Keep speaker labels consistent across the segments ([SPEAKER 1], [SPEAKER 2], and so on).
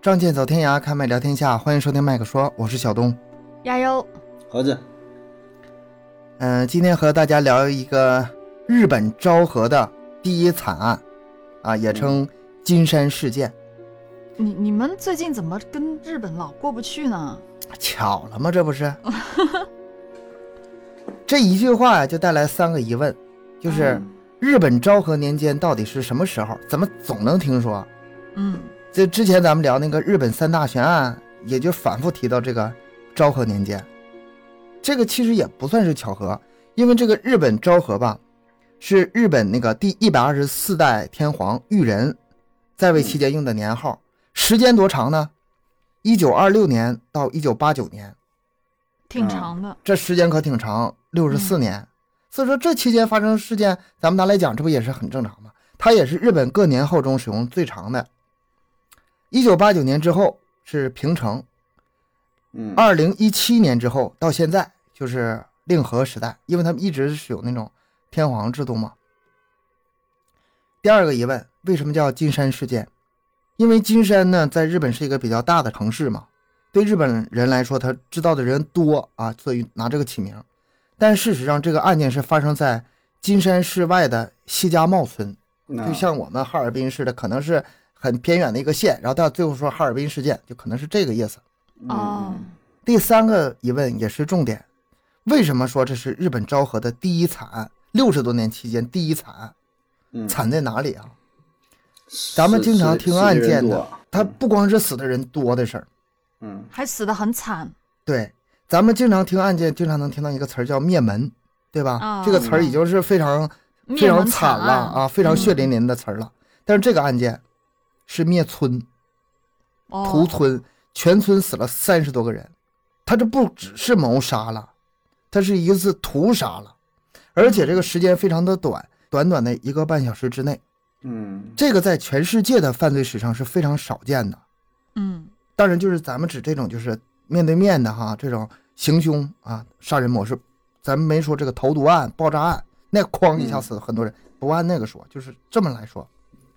[SPEAKER 1] 仗剑走天涯，开麦聊天下，欢迎收听麦克说，我是小东。
[SPEAKER 2] 加油！
[SPEAKER 3] 盒子，
[SPEAKER 1] 嗯、今天和大家聊一个日本昭和的第一惨案，啊，也称金山事件。
[SPEAKER 2] 你你们最近怎么跟日本老过不去呢？
[SPEAKER 1] 巧了吗？这不是？ 这一句话呀，就带来三个疑问，就是日本昭和年间到底是什么时候？怎么总能听说？
[SPEAKER 2] 嗯，
[SPEAKER 1] 这之前咱们聊那个日本三大悬案，也就反复提到这个昭和年间。这个其实也不算是巧合，因为这个日本昭和吧，是日本那个第一百二十四代天皇裕仁在位期间用的年号，时间多长呢？一九二六年到一九八九年，
[SPEAKER 2] 挺长的。
[SPEAKER 1] 这时间可挺长，六十四年。所以说这期间发生事件，咱们拿来讲，这不也是很正常吗？它也是日本各年号中使用最长的。一九八九年之后是平成，
[SPEAKER 3] 嗯，
[SPEAKER 1] 二零一七年之后到现在就是令和时代，因为他们一直是有那种天皇制度嘛。第二个疑问，为什么叫金山事件？因为金山呢，在日本是一个比较大的城市嘛，对日本人来说，他知道的人多啊，所以拿这个起名。但事实上，这个案件是发生在金山市外的西家茂村，
[SPEAKER 3] 那
[SPEAKER 1] 就像我们哈尔滨似的，可能是很偏远的一个县，然后到最后说哈尔滨事件，就可能是这个意思。
[SPEAKER 3] 嗯
[SPEAKER 2] 哦，
[SPEAKER 1] 第三个疑问也是重点，为什么说这是日本昭和的第一惨案？六十多年期间第一惨案，
[SPEAKER 3] 嗯
[SPEAKER 1] 惨在哪里啊？
[SPEAKER 3] 死
[SPEAKER 1] 咱们经常听案
[SPEAKER 3] 死
[SPEAKER 1] 件
[SPEAKER 3] 人
[SPEAKER 1] 的
[SPEAKER 3] 多，
[SPEAKER 1] 它不光是死的人多的事儿，
[SPEAKER 3] 嗯
[SPEAKER 2] 还死得很惨
[SPEAKER 1] 对，咱们经常听案件，经常能听到一个词儿叫灭门，对吧？
[SPEAKER 2] 啊
[SPEAKER 1] 这个词儿已经是非常非
[SPEAKER 2] 灭
[SPEAKER 1] 常
[SPEAKER 2] 门
[SPEAKER 1] 惨
[SPEAKER 2] 惨
[SPEAKER 1] 了啊，非
[SPEAKER 3] 嗯
[SPEAKER 1] 常血淋淋的词儿了。但是这个案件是灭村，屠
[SPEAKER 2] 哦，
[SPEAKER 1] 村，全村死了三十多个人。他这不只是谋杀了，他是一次屠杀了，而且这个时间非常的短，短短的一个半小时之内，
[SPEAKER 3] 嗯
[SPEAKER 1] 这个在全世界的犯罪史上是非常少见的。
[SPEAKER 2] 嗯
[SPEAKER 1] 当然，就是咱们指这种就是面对面的哈，这种行凶啊、杀人模式，咱们没说这个投毒案、爆炸案，那哐一下
[SPEAKER 3] 嗯
[SPEAKER 1] 死很多人，不按那个说，就是这么来说，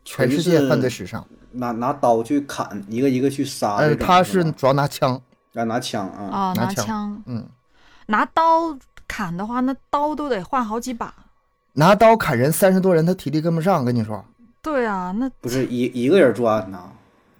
[SPEAKER 1] 全世界犯罪史上，
[SPEAKER 3] 拿拿刀去砍，一个一个去杀这
[SPEAKER 1] 呃，
[SPEAKER 3] 种。
[SPEAKER 1] 他是
[SPEAKER 3] 吧
[SPEAKER 1] 主要拿枪，
[SPEAKER 3] 啊拿枪啊，
[SPEAKER 2] 啊，
[SPEAKER 1] 拿
[SPEAKER 2] 拿
[SPEAKER 1] 枪
[SPEAKER 2] 枪
[SPEAKER 1] 嗯。
[SPEAKER 2] 拿刀砍的话，那刀都得换好几把。
[SPEAKER 1] 拿刀砍人三十多人，他体力跟不上。跟你说，
[SPEAKER 2] 对啊，那
[SPEAKER 3] 不是一一个人作案呐。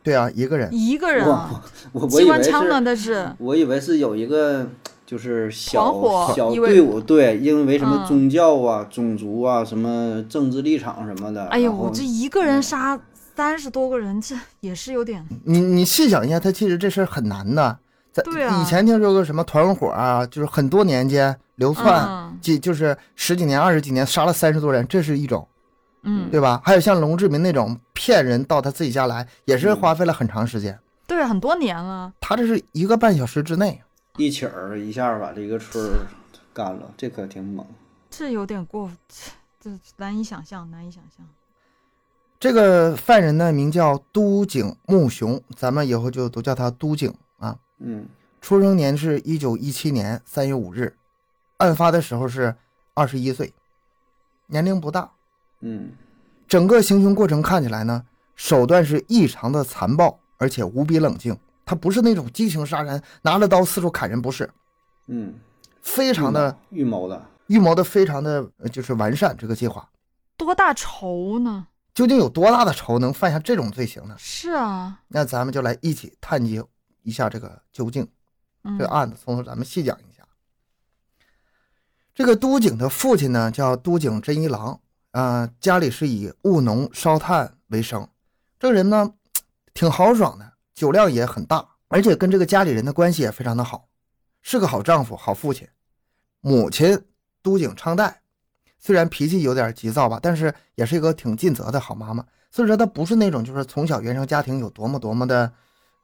[SPEAKER 1] 对啊，一个人
[SPEAKER 2] 一个人啊，
[SPEAKER 3] 我 我
[SPEAKER 2] 机
[SPEAKER 3] 以为
[SPEAKER 2] 关枪呢，
[SPEAKER 3] 是，啊
[SPEAKER 2] 那是
[SPEAKER 3] 我以为是有一个就是小
[SPEAKER 2] 团伙
[SPEAKER 3] 小
[SPEAKER 2] 因为
[SPEAKER 3] 队伍，对，因为什么
[SPEAKER 2] 嗯
[SPEAKER 3] 宗教啊、种族啊、什么政治立场什么的。
[SPEAKER 2] 哎呦，
[SPEAKER 3] 然后
[SPEAKER 2] 我这一个人杀三十多个人，这也是有点
[SPEAKER 1] 你你细想一下，他其实这事儿很难的。咱
[SPEAKER 2] 对啊
[SPEAKER 1] 以前听说过什么团伙啊，就是很多年间流窜，
[SPEAKER 2] 嗯
[SPEAKER 1] 几、就是十几年、二十几年杀了三十多人，这是一种，
[SPEAKER 2] 嗯，
[SPEAKER 1] 对吧？还有像龙志民那种骗人到他自己家来，也是花费了很长时间。
[SPEAKER 2] 对，很多年了。
[SPEAKER 1] 他这是一个半小时之内，
[SPEAKER 3] 一起儿一下把这个村儿干了，这可挺猛。
[SPEAKER 2] 这有点过，这这难以想象，难以想象。
[SPEAKER 1] 这个犯人呢名叫都井木雄，咱们以后就都叫他都井啊。
[SPEAKER 3] 嗯
[SPEAKER 1] 出生年是一九一七年三月五日，案发的时候是二十一岁，年龄不大。
[SPEAKER 3] 嗯
[SPEAKER 1] 整个行凶过程看起来呢，手段是异常的残暴，而且无比冷静。他不是那种激情杀人，拿着刀四处砍人，不是，
[SPEAKER 3] 嗯，
[SPEAKER 1] 非常的
[SPEAKER 3] 预谋的。
[SPEAKER 1] 预谋的，非常的就是完善这个计划。
[SPEAKER 2] 多大仇呢？
[SPEAKER 1] 究竟有多大的仇能犯下这种罪行呢？
[SPEAKER 2] 是啊，
[SPEAKER 1] 那咱们就来一起探究一下这个究竟。
[SPEAKER 2] 嗯
[SPEAKER 1] 这个案子，从头咱们细讲一下。这个都井的父亲呢，叫都井真一郎，啊、家里是以务农烧炭为生。这个人呢，挺豪爽的，酒量也很大，而且跟这个家里人的关系也非常的好，是个好丈夫、好父亲。母亲都井昌代，虽然脾气有点急躁吧，但是也是一个挺尽责的好妈妈。所以说，她不是那种就是从小原生家庭有多么多么的，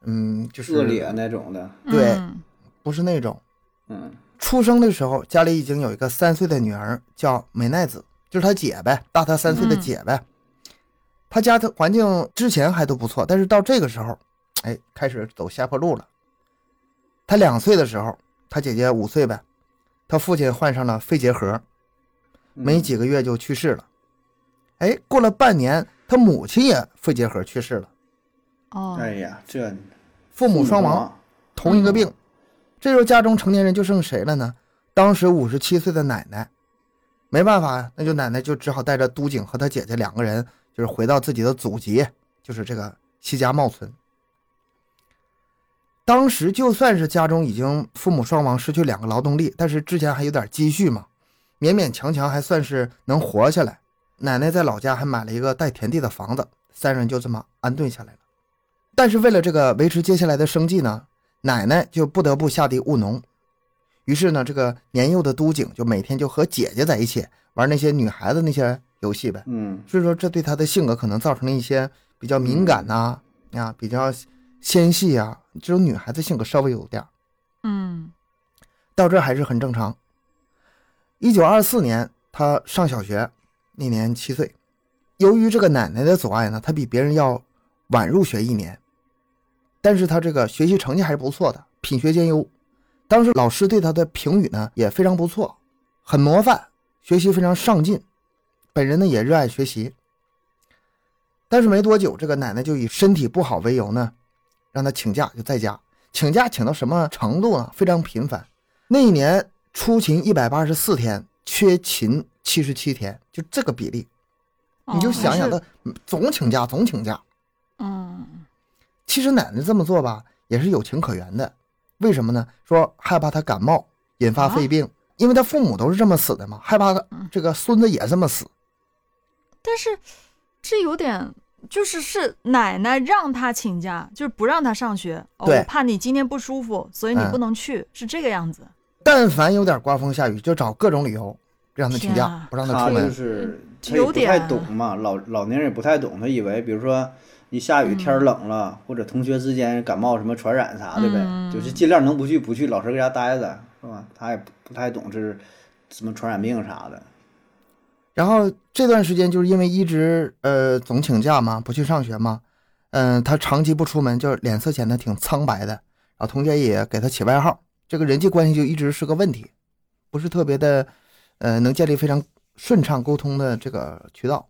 [SPEAKER 1] 嗯，就是
[SPEAKER 3] 恶劣那种的，
[SPEAKER 1] 对
[SPEAKER 2] 嗯
[SPEAKER 1] 不是那种。
[SPEAKER 3] 嗯
[SPEAKER 1] 出生的时候，家里已经有一个三岁的女儿叫美奈子，就是她姐呗，大她三岁的姐呗。她家的环境之前还都不错，但是到这个时候，哎，开始走下坡路了。她两岁的时候，她姐姐五岁呗，她父亲患上了肺结核，
[SPEAKER 3] 嗯
[SPEAKER 1] 没几个月就去世了。哎，过了半年，她母亲也肺结核去世了，
[SPEAKER 2] 哦，
[SPEAKER 3] 哎呀，这
[SPEAKER 1] 父母双亡，，同一个病。这时候家中成年人就剩谁了呢？当时五十七岁的奶奶，没办法呀，那就奶奶就只好带着都景和他姐姐两个人，就是回到自己的祖籍，就是这个西家茂村。当时就算是家中已经父母双亡，失去两个劳动力，但是之前还有点积蓄嘛，勉勉强强还算是能活下来。奶奶在老家还买了一个带田地的房子，三人就这么安顿下来了。但是为了这个维持接下来的生计呢，奶奶就不得不下地务农。于是呢，这个年幼的都景就每天就和姐姐在一起玩那些女孩子那些游戏呗。
[SPEAKER 3] 嗯
[SPEAKER 1] 所以说，这对他的性格可能造成了一些比较敏感呐、啊，比较纤细啊，这种女孩子性格稍微有点儿，
[SPEAKER 2] 嗯
[SPEAKER 1] 到这儿还是很正常。一九二四年，他上小学，那年七岁。由于这个奶奶的阻碍呢，他比别人要晚入学一年，但是他这个学习成绩还是不错的，品学兼优。当时老师对他的评语呢也非常不错，很模范，学习非常上进。本人呢也热爱学习，但是没多久，这个奶奶就以身体不好为由呢，让他请假就在家。请假请到什么程度呢？非常频繁。那一年出勤一百八十四天，缺勤七十七天，就这个比例，
[SPEAKER 2] 哦
[SPEAKER 1] 你就想想他
[SPEAKER 2] 还是
[SPEAKER 1] 总请假，总请假。
[SPEAKER 2] 嗯
[SPEAKER 1] 其实奶奶这么做吧，也是有情可原的。为什么呢？说害怕他感冒引发肺病，因为他父母都是这么死的嘛，害怕
[SPEAKER 2] 啊嗯
[SPEAKER 1] 这个孙子也这么死。
[SPEAKER 2] 但是这有点。就是是奶奶让他请假，就是不让他上学。哦、
[SPEAKER 1] 对
[SPEAKER 2] 我怕你今天不舒服，所以你
[SPEAKER 1] 嗯
[SPEAKER 2] 不能去，是这个样子。
[SPEAKER 1] 但凡有点刮风下雨，就找各种理由让他请
[SPEAKER 2] 天
[SPEAKER 1] 假
[SPEAKER 2] 啊，
[SPEAKER 1] 不让他
[SPEAKER 3] 他
[SPEAKER 1] 出
[SPEAKER 3] 就
[SPEAKER 1] 门。
[SPEAKER 3] 是他也
[SPEAKER 2] 有
[SPEAKER 3] 不太
[SPEAKER 2] 点
[SPEAKER 3] 懂嘛，老老年人也不太懂，他以为比如说你下雨天儿冷了，或者同学之间感冒什么传染啥的呗，
[SPEAKER 2] 嗯
[SPEAKER 3] 就是尽量能不去不去，老实搁家待着，是吧？他也不不太懂这是什么传染病啥的，
[SPEAKER 1] 然后这段时间就是因为一直呃总请假嘛，不去上学嘛，嗯、他长期不出门，就是脸色显得挺苍白的。然后同学也给他起外号，这个人际关系就一直是个问题，不是特别的，呃，能建立非常顺畅沟通的这个渠道。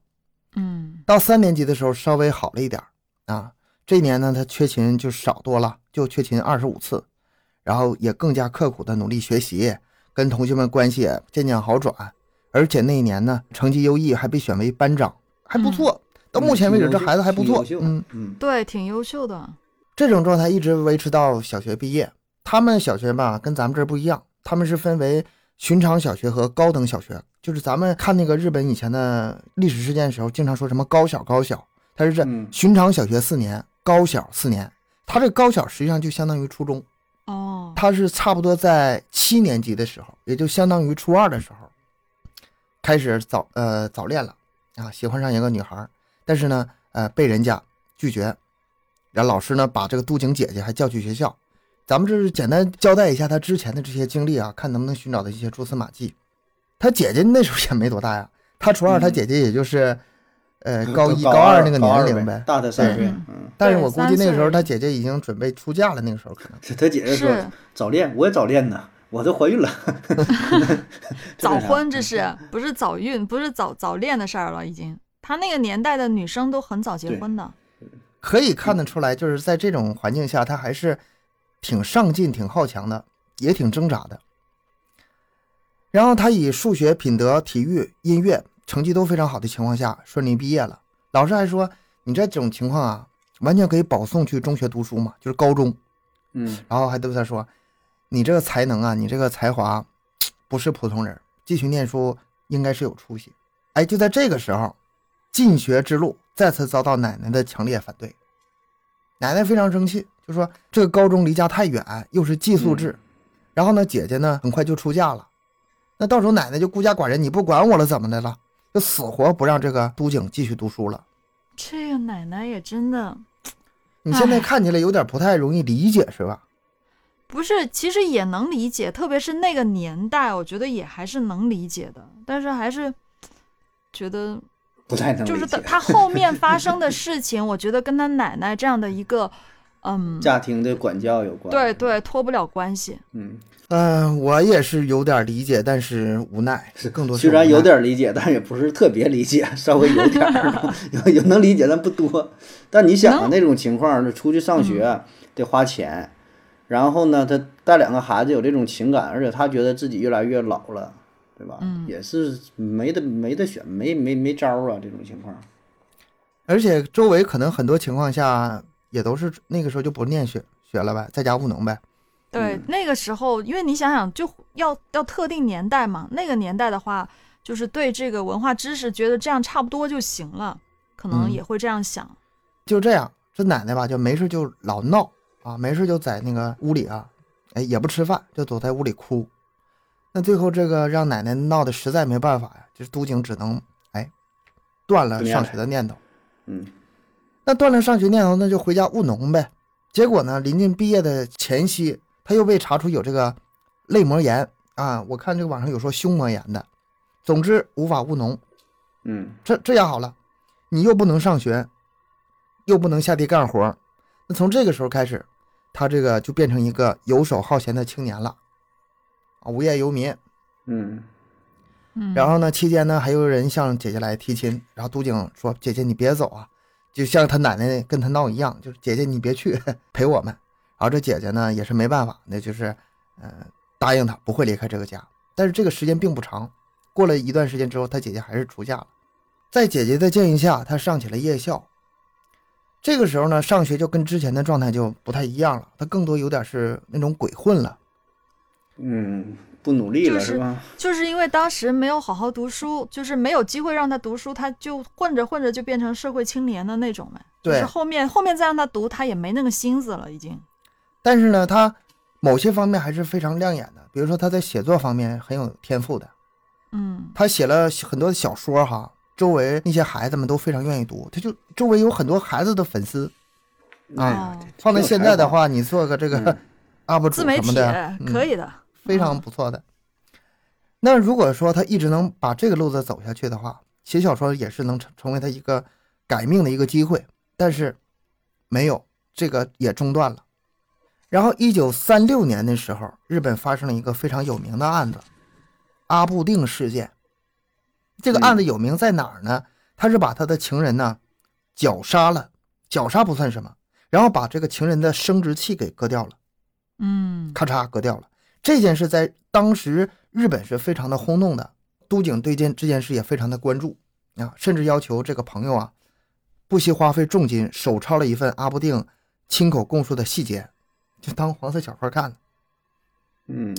[SPEAKER 2] 嗯
[SPEAKER 1] 到三年级的时候稍微好了一点儿啊。这一年呢，他缺勤就少多了，就缺勤二十五次，然后也更加刻苦的努力学习，跟同学们关系也渐渐好转。而且那一年呢，成绩优异，还被选为班长，还不错。到目前为止，这孩子还不错
[SPEAKER 3] 嗯挺优。秀
[SPEAKER 1] 嗯，
[SPEAKER 3] 嗯，
[SPEAKER 2] 对，挺优秀的。
[SPEAKER 1] 这种状态一直维持到小学毕业。他们小学吧跟咱们这儿不一样，他们是分为寻常小学和高等小学。就是咱们看那个日本以前的历史事件的时候，经常说什么高小高小，他是这
[SPEAKER 3] 嗯
[SPEAKER 1] 寻常小学四年，高小四年。他这高小实际上就相当于初中，
[SPEAKER 2] 哦，
[SPEAKER 1] 他是差不多在七年级的时候，也就相当于初二的时候，开始早呃早恋了啊，喜欢上一个女孩儿，但是呢呃被人家拒绝，然后老师呢把这个杜景姐姐还叫去学校，咱们这是简单交代一下她之前的这些经历啊，看能不能寻找到一些蛛丝马迹。她姐姐那时候也没多大呀，她初二，
[SPEAKER 3] 嗯
[SPEAKER 1] 她姐姐也就是 呃高一
[SPEAKER 3] 高
[SPEAKER 1] 二那个年
[SPEAKER 3] 高二
[SPEAKER 1] 龄
[SPEAKER 3] 呗
[SPEAKER 1] 呗，，
[SPEAKER 3] 大他三岁
[SPEAKER 2] 对，
[SPEAKER 3] 嗯，
[SPEAKER 1] 但是
[SPEAKER 2] 对
[SPEAKER 1] 我估计
[SPEAKER 2] 三
[SPEAKER 1] 那个时候
[SPEAKER 2] 岁
[SPEAKER 1] 她姐姐已经准备出嫁了，那个时候可能。
[SPEAKER 3] 他他姐姐说
[SPEAKER 2] 是
[SPEAKER 3] 早恋，我也早恋呢，我都怀孕了，
[SPEAKER 2] 早
[SPEAKER 3] 啊
[SPEAKER 2] 婚，
[SPEAKER 3] 嗯
[SPEAKER 2] 这是不是早孕，不是早早恋的事儿了？已经，他那个年代的女生都很早结
[SPEAKER 3] 对
[SPEAKER 2] 婚的。
[SPEAKER 1] 可以看得出来，就是在这种环境下，他还是挺上进、挺好强的，也挺挣扎的。然后他以数学、品德、体育、音乐成绩都非常好的情况下，顺利毕业了。老师还说，你这种情况啊，完全可以保送去中学读书嘛，就是高中。
[SPEAKER 3] 嗯，
[SPEAKER 1] 然后还对他说，你这个才能啊，你这个才华不是普通人，继续念书应该是有出息。哎，就在这个时候，进学之路再次遭到奶奶的强烈反对，奶奶非常生气，就说这个高中离家太远，又是寄宿制，然后呢，姐姐呢很快就出嫁了，那到时候奶奶就孤家寡人，你不管我了怎么的了？就死活不让这个都景继续读书了。
[SPEAKER 2] 这个奶奶也真的
[SPEAKER 1] 你现在
[SPEAKER 2] 唉
[SPEAKER 1] 看起来有点不太容易理解，是吧？
[SPEAKER 2] 不是，其实也能理解，特别是那个年代，我觉得也还是能理解的。但是还是觉得，
[SPEAKER 3] 不太能
[SPEAKER 2] 就是
[SPEAKER 3] 理解
[SPEAKER 2] 他他后面发生的事情，我觉得跟他奶奶这样的一个，嗯，
[SPEAKER 3] 家庭的管教有关，
[SPEAKER 2] 对对，脱不了关系。
[SPEAKER 3] 嗯，
[SPEAKER 1] 嗯、我也是有点理解，但是无奈，更多是
[SPEAKER 3] 虽然
[SPEAKER 1] 无
[SPEAKER 3] 有
[SPEAKER 1] 奈
[SPEAKER 3] 点理解，但也不是特别理解， 稍微有点儿有 有能理解，但不多。但你想啊，
[SPEAKER 2] 能嗯
[SPEAKER 3] 那种情况，出去上学得花钱，然后呢，他带两个孩子有这种情感，而且他觉得自己越来越老了，对吧？
[SPEAKER 2] 嗯
[SPEAKER 3] 也是没得没得选，没没没招儿啊，这种情况。
[SPEAKER 1] 而且周围可能很多情况下也都是那个时候就不念学学了呗，在家务农呗。
[SPEAKER 2] 对，
[SPEAKER 3] 嗯
[SPEAKER 2] 那个时候，因为你想想，就要要特定年代嘛，那个年代的话，就是对这个文化知识觉得这样差不多就行了，可能
[SPEAKER 1] 嗯
[SPEAKER 2] 也会这样想。
[SPEAKER 1] 就这样，这奶奶吧，就没事就老闹啊，没事就在那个屋里啊，哎也不吃饭，就躲在屋里哭。那最后这个让奶奶闹得实在没办法呀，就是都景只能哎断了
[SPEAKER 3] 不念
[SPEAKER 1] 上
[SPEAKER 3] 了
[SPEAKER 1] 学的念头。
[SPEAKER 3] 嗯，
[SPEAKER 1] 那断了上学念头，那就回家务农呗。结果呢，临近毕业的前夕，他又被查出有这个泪膜炎啊，我看这个网上有说胸膜炎的，总之无法务农。
[SPEAKER 3] 嗯，
[SPEAKER 1] 这这样好了，你又不能上学，又不能下地干活儿，那从这个时候开始，他这个就变成一个游手好闲的青年了，啊，无业游民。
[SPEAKER 3] 嗯，
[SPEAKER 2] 嗯，
[SPEAKER 1] 然后呢，期间呢，还有人向姐姐来提亲，然后都景说：“姐姐你别走啊，就像他奶奶跟他闹一样，就是姐姐你别去 陪我们。”然后这姐姐呢也是没办法，那就是呃答应他不会离开这个家。但是这个时间并不长，过了一段时间之后，他姐姐还是出嫁了。在姐姐的建议下，他上起了夜校。这个时候呢，上学就跟之前的状态就不太一样了，他更多有点是那种鬼混了。
[SPEAKER 3] 嗯，不努力了、
[SPEAKER 2] 就是
[SPEAKER 3] 是吧？
[SPEAKER 2] 就是因为当时没有好好读书，就是没有机会让他读书，他就混着混着就变成社会青年的那种呗。就
[SPEAKER 1] 对
[SPEAKER 2] 是后面后面再让他读，他也没那个心思了，已经。
[SPEAKER 1] 但是呢，他某些方面还是非常亮眼的，比如说他在写作方面很有天赋的，
[SPEAKER 2] 嗯
[SPEAKER 1] 他写了很多小说哈，周围那些孩子们都非常愿意读，他就周围有很多孩子的粉丝。
[SPEAKER 3] 哎
[SPEAKER 1] 啊
[SPEAKER 3] 呀
[SPEAKER 2] 哦，
[SPEAKER 1] 放在现在的话，你做个这
[SPEAKER 3] 这
[SPEAKER 1] 个
[SPEAKER 3] 个
[SPEAKER 1] UP 主
[SPEAKER 2] 自媒
[SPEAKER 1] 什么
[SPEAKER 2] 体
[SPEAKER 1] 的，嗯
[SPEAKER 2] 可
[SPEAKER 1] 以、
[SPEAKER 2] 以的。
[SPEAKER 1] 非常不错的。那如果说他一直能把这个路子走下去的话，写小说也是能成成为他一个改命的一个机会，但是没有这个也中断了。然后，一九三六年的时候，日本发生了一个非常有名的案子——阿部定事件。这个案子有名在哪儿呢？他是把他的情人呢绞杀了，绞杀不算什么，然后把这个情人的生殖器给割掉了。
[SPEAKER 2] 嗯
[SPEAKER 1] 咔嚓割掉了。这件事在当时日本是非常的轰动的，都警对这这件事也非常的关注啊，甚至要求这个朋友啊，不惜花费重金手抄了一份阿部定亲口供述的细节，就当黄色小说看了。
[SPEAKER 3] 嗯，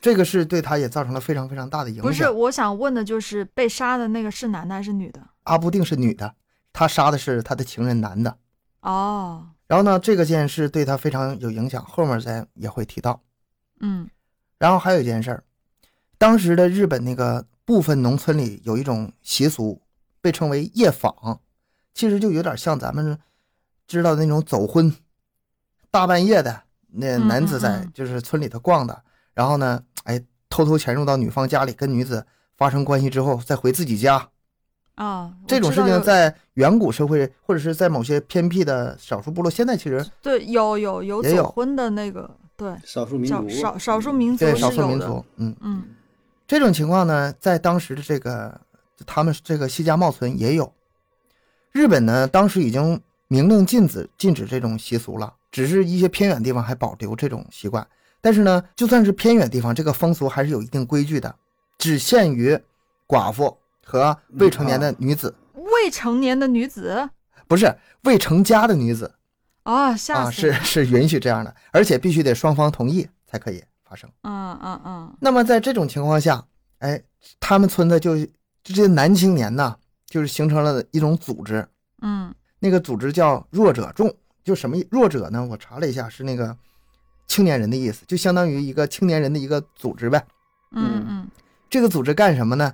[SPEAKER 1] 这个事对他也造成了非常非常大的
[SPEAKER 2] 不
[SPEAKER 1] 影
[SPEAKER 2] 是，
[SPEAKER 1] 响。
[SPEAKER 2] 我想问的就是被杀的那个是男的还是女的？
[SPEAKER 1] 阿部定是女的，他杀的是他的情人男的。
[SPEAKER 2] 哦，
[SPEAKER 1] 然后呢，这个件事对他非常有影响，后面咱也会提到。
[SPEAKER 2] 嗯
[SPEAKER 1] 然后还有一件事儿，当时的日本那个部分农村里有一种习俗，被称为夜访，其实就有点像咱们知道的那种走婚，大半夜的那
[SPEAKER 2] 嗯
[SPEAKER 1] 男子
[SPEAKER 2] 嗯
[SPEAKER 1] 在
[SPEAKER 2] 嗯
[SPEAKER 1] 就是村里头逛的，然后呢，哎，偷偷潜入到女方家里跟女子发生关系之后，再回自己家。
[SPEAKER 2] 啊，我
[SPEAKER 1] 这种
[SPEAKER 2] 知
[SPEAKER 1] 事
[SPEAKER 2] 道
[SPEAKER 1] 情
[SPEAKER 2] 有
[SPEAKER 1] 在远古社会或者是在某些偏僻的少数部落，现在其实
[SPEAKER 2] 对有有有
[SPEAKER 1] 也有
[SPEAKER 2] 走婚的那个对
[SPEAKER 3] 少数民
[SPEAKER 2] 少
[SPEAKER 3] 族，
[SPEAKER 2] 少少数民族
[SPEAKER 1] 对
[SPEAKER 2] 是
[SPEAKER 1] 少数
[SPEAKER 2] 有
[SPEAKER 1] 民
[SPEAKER 2] 的
[SPEAKER 1] 族，嗯，
[SPEAKER 2] 嗯
[SPEAKER 1] 这种情况呢，在当时的这个他们这个西家茂村也有。日本呢，当时已经明令禁止禁止这种习俗了，只是一些偏远地方还保留这种习惯。但是呢，就算是偏远地方，这个风俗还是有一定规矩的，只限于寡妇和未成年的女子，
[SPEAKER 2] 嗯未成年的女子
[SPEAKER 1] 不是未成家的女子
[SPEAKER 2] 啊，吓
[SPEAKER 1] 啊，
[SPEAKER 2] 死
[SPEAKER 1] 是
[SPEAKER 2] 了，
[SPEAKER 1] 是允许这样的，而且必须得双方同意才可以发生。
[SPEAKER 2] 嗯嗯嗯
[SPEAKER 1] 那么在这种情况下，哎，他们村的就这些男青年呐，就是形成了一种组织，
[SPEAKER 2] 嗯
[SPEAKER 1] 那个组织叫弱者众，就什么意弱者呢？我查了一下，是那个青年人的意思，就相当于一个青年人的一个组织呗。
[SPEAKER 2] 嗯嗯，
[SPEAKER 1] 这个组织干什么呢？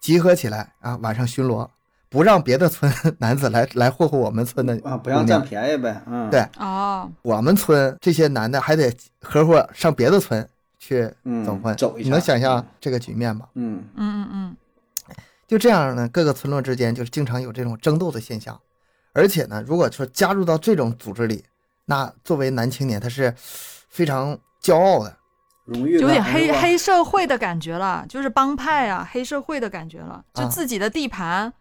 [SPEAKER 1] 集合起来啊，晚上巡逻，不让别的村男子来 来霍霍我们村的
[SPEAKER 3] 啊，不
[SPEAKER 1] 姑
[SPEAKER 3] 让
[SPEAKER 1] 娘
[SPEAKER 3] 占便宜呗，嗯，
[SPEAKER 1] 对
[SPEAKER 2] 哦，
[SPEAKER 1] 我们村这些男的还得合伙上别的村去
[SPEAKER 3] 嗯
[SPEAKER 1] 走婚，
[SPEAKER 3] 走一下
[SPEAKER 1] 你能想象
[SPEAKER 3] 嗯
[SPEAKER 1] 这个局面吗？
[SPEAKER 3] 嗯
[SPEAKER 2] 嗯嗯嗯，
[SPEAKER 1] 就这样呢，各个村落之间就是经常有这种争斗的现象，而且呢，如果说加入到这种组织里，那作为男青年他是非常骄傲的，
[SPEAKER 3] 荣誉
[SPEAKER 2] 就有点
[SPEAKER 3] 感
[SPEAKER 2] 黑
[SPEAKER 3] 是吧
[SPEAKER 2] 黑社会的感觉了，就是帮派啊，黑社会的感觉了，就
[SPEAKER 1] 啊
[SPEAKER 2] 自己的地盘，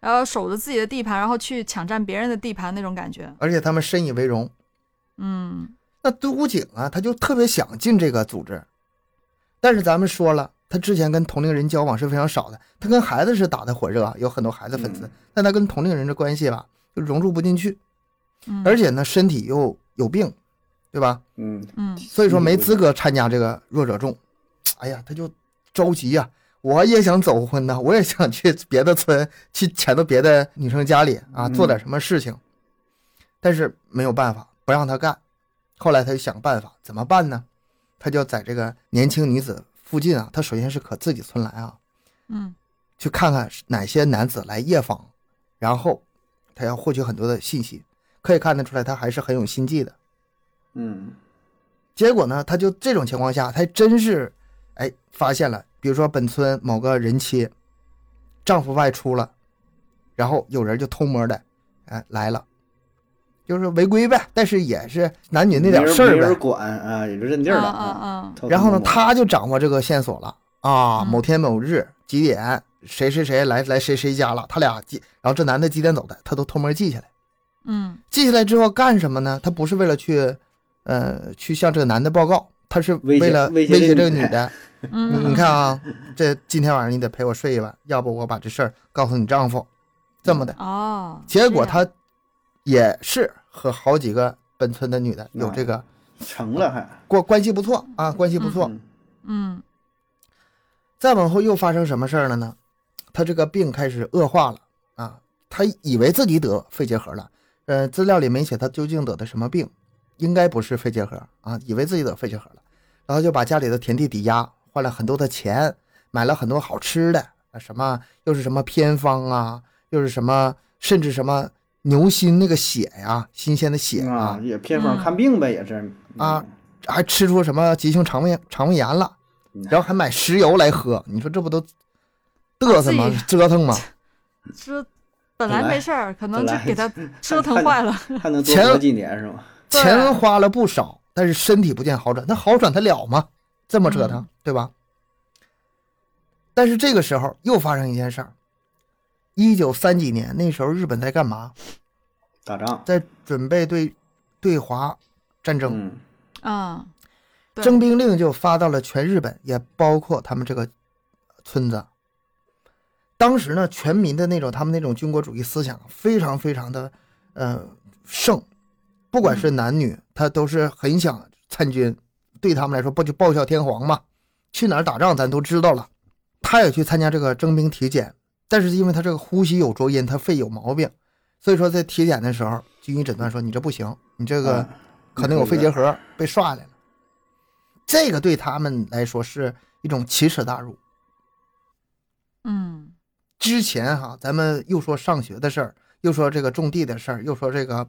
[SPEAKER 2] 然后守着自己的地盘，然后去抢占别人的地盘那种感觉。
[SPEAKER 1] 而且他们深以为荣。
[SPEAKER 2] 嗯
[SPEAKER 1] 那都井啊，他就特别想进这个组织，但是咱们说了，他之前跟同龄人交往是非常少的，他跟孩子是打得火热啊，有很多孩子粉丝，
[SPEAKER 3] 嗯
[SPEAKER 1] 但他跟同龄人的关系吧，就融入不进去，
[SPEAKER 2] 嗯，
[SPEAKER 1] 而且呢，身体又有病，对吧？
[SPEAKER 3] 嗯，
[SPEAKER 2] 嗯
[SPEAKER 1] 所以说没资格参加这个弱者众。哎呀，他就着急呀、我也想走婚呐，我也想去别的村，去潜到别的女生家里啊，
[SPEAKER 3] 嗯
[SPEAKER 1] 做点什么事情，但是没有办法，不让他干。后来他就想办法，怎么办呢？他就在这个年轻女子附近啊，他首先是可自己村来啊，
[SPEAKER 2] 嗯
[SPEAKER 1] 去看看是哪些男子来夜访，然后他要获取很多的信息，可以看得出来他还是很有心计的。
[SPEAKER 3] 嗯
[SPEAKER 1] 结果呢，他就这种情况下，他还真是，哎，发现了，比如说本村某个人妻，丈夫外出了，然后有人就偷摸的，哎，来了，就是违规呗，但是也是男女那点
[SPEAKER 3] 没人
[SPEAKER 1] 事
[SPEAKER 3] 嗯没
[SPEAKER 1] 儿
[SPEAKER 3] 人
[SPEAKER 1] 呗。
[SPEAKER 3] 管啊，也就认地
[SPEAKER 2] 嗯
[SPEAKER 3] 儿了
[SPEAKER 2] 嗯
[SPEAKER 3] 偷偷
[SPEAKER 1] 然后呢，
[SPEAKER 3] 摸摸
[SPEAKER 1] 他就掌握这个线索了啊，
[SPEAKER 2] 嗯
[SPEAKER 1] 某天某日几点，谁谁谁来来谁谁家了，他俩几，然后这男的几点走的，他都偷摸记下来。
[SPEAKER 2] 嗯
[SPEAKER 1] 记下来之后干什么呢？他不是为了去，呃，去向这个男的报告，他是
[SPEAKER 3] 威胁
[SPEAKER 1] 为了
[SPEAKER 3] 威胁
[SPEAKER 1] 胁
[SPEAKER 3] 这
[SPEAKER 1] 这个
[SPEAKER 3] 女
[SPEAKER 1] 女
[SPEAKER 3] 的
[SPEAKER 1] 的。
[SPEAKER 2] 嗯
[SPEAKER 1] 你
[SPEAKER 2] 嗯，
[SPEAKER 1] 你看啊，这今天晚上你得陪我睡一晚，要不我把这事儿告诉你丈夫。这
[SPEAKER 3] 嗯
[SPEAKER 1] 么的，
[SPEAKER 2] 哦，
[SPEAKER 1] 结果
[SPEAKER 2] 这
[SPEAKER 3] 啊
[SPEAKER 2] 样
[SPEAKER 1] 他也是和好几个本村的女的有这个
[SPEAKER 3] 成了还，
[SPEAKER 1] 关关系不错啊，关系不错。
[SPEAKER 3] 嗯
[SPEAKER 2] 嗯
[SPEAKER 1] 再往后又发生什么事儿了呢？他这个病开始恶化了啊，他以为自己得肺结核了，呃，资料里没写他究竟得的什么病，应该不是肺结核啊，以为自己得肺结核了，然后就把家里的田地抵押，换了很多的钱，买了很多好吃的啊，什么又是什么偏方啊，又是什么，甚至什么牛心那个血呀、新鲜的血
[SPEAKER 3] 啊
[SPEAKER 1] 啊，
[SPEAKER 3] 也偏方
[SPEAKER 2] 嗯
[SPEAKER 3] 看病呗，也是
[SPEAKER 1] 啊， 还吃出什么急性肠胃肠胃炎了，
[SPEAKER 3] 嗯
[SPEAKER 1] 然后还买石油来喝，你说这不都嘚瑟吗
[SPEAKER 2] 自己？
[SPEAKER 1] 折腾吗？
[SPEAKER 2] 这本来没事儿，可能
[SPEAKER 3] 本
[SPEAKER 2] 就
[SPEAKER 3] 来
[SPEAKER 2] 给他折腾 坏了。
[SPEAKER 3] 还能多
[SPEAKER 1] 前
[SPEAKER 3] 活几年是吗？
[SPEAKER 2] 对啊
[SPEAKER 1] 钱花了不少，但是身体不见好转，那好转得了吗？这么折腾，
[SPEAKER 2] 嗯
[SPEAKER 1] 对吧？但是这个时候又发生一件事儿，一九三几年那时候日本在干嘛？
[SPEAKER 3] 打仗，
[SPEAKER 1] 在准备对对华战争，
[SPEAKER 3] 嗯
[SPEAKER 2] 嗯，对
[SPEAKER 1] 征兵令就发到了全日本，也包括他们这个村子。当时呢，全民的那种他们那种军国主义思想非常非常的，呃，盛，不管是男女，他都是很想参军，对他们来说不就报效天皇嘛？去哪儿打仗咱都知道了，他也去参加这个征兵体检，但是因为他这个呼吸有浊音，他肺有毛病，所以说在体检的时候，军医诊断说你这不行，你这个
[SPEAKER 3] 啊
[SPEAKER 1] 可能有肺结
[SPEAKER 3] 有
[SPEAKER 1] 核被刷下来了。这个对他们来说是一种奇耻大辱。
[SPEAKER 2] 嗯
[SPEAKER 1] 之前哈，咱们又说上学的事儿，又说这个种地的事儿，又说这个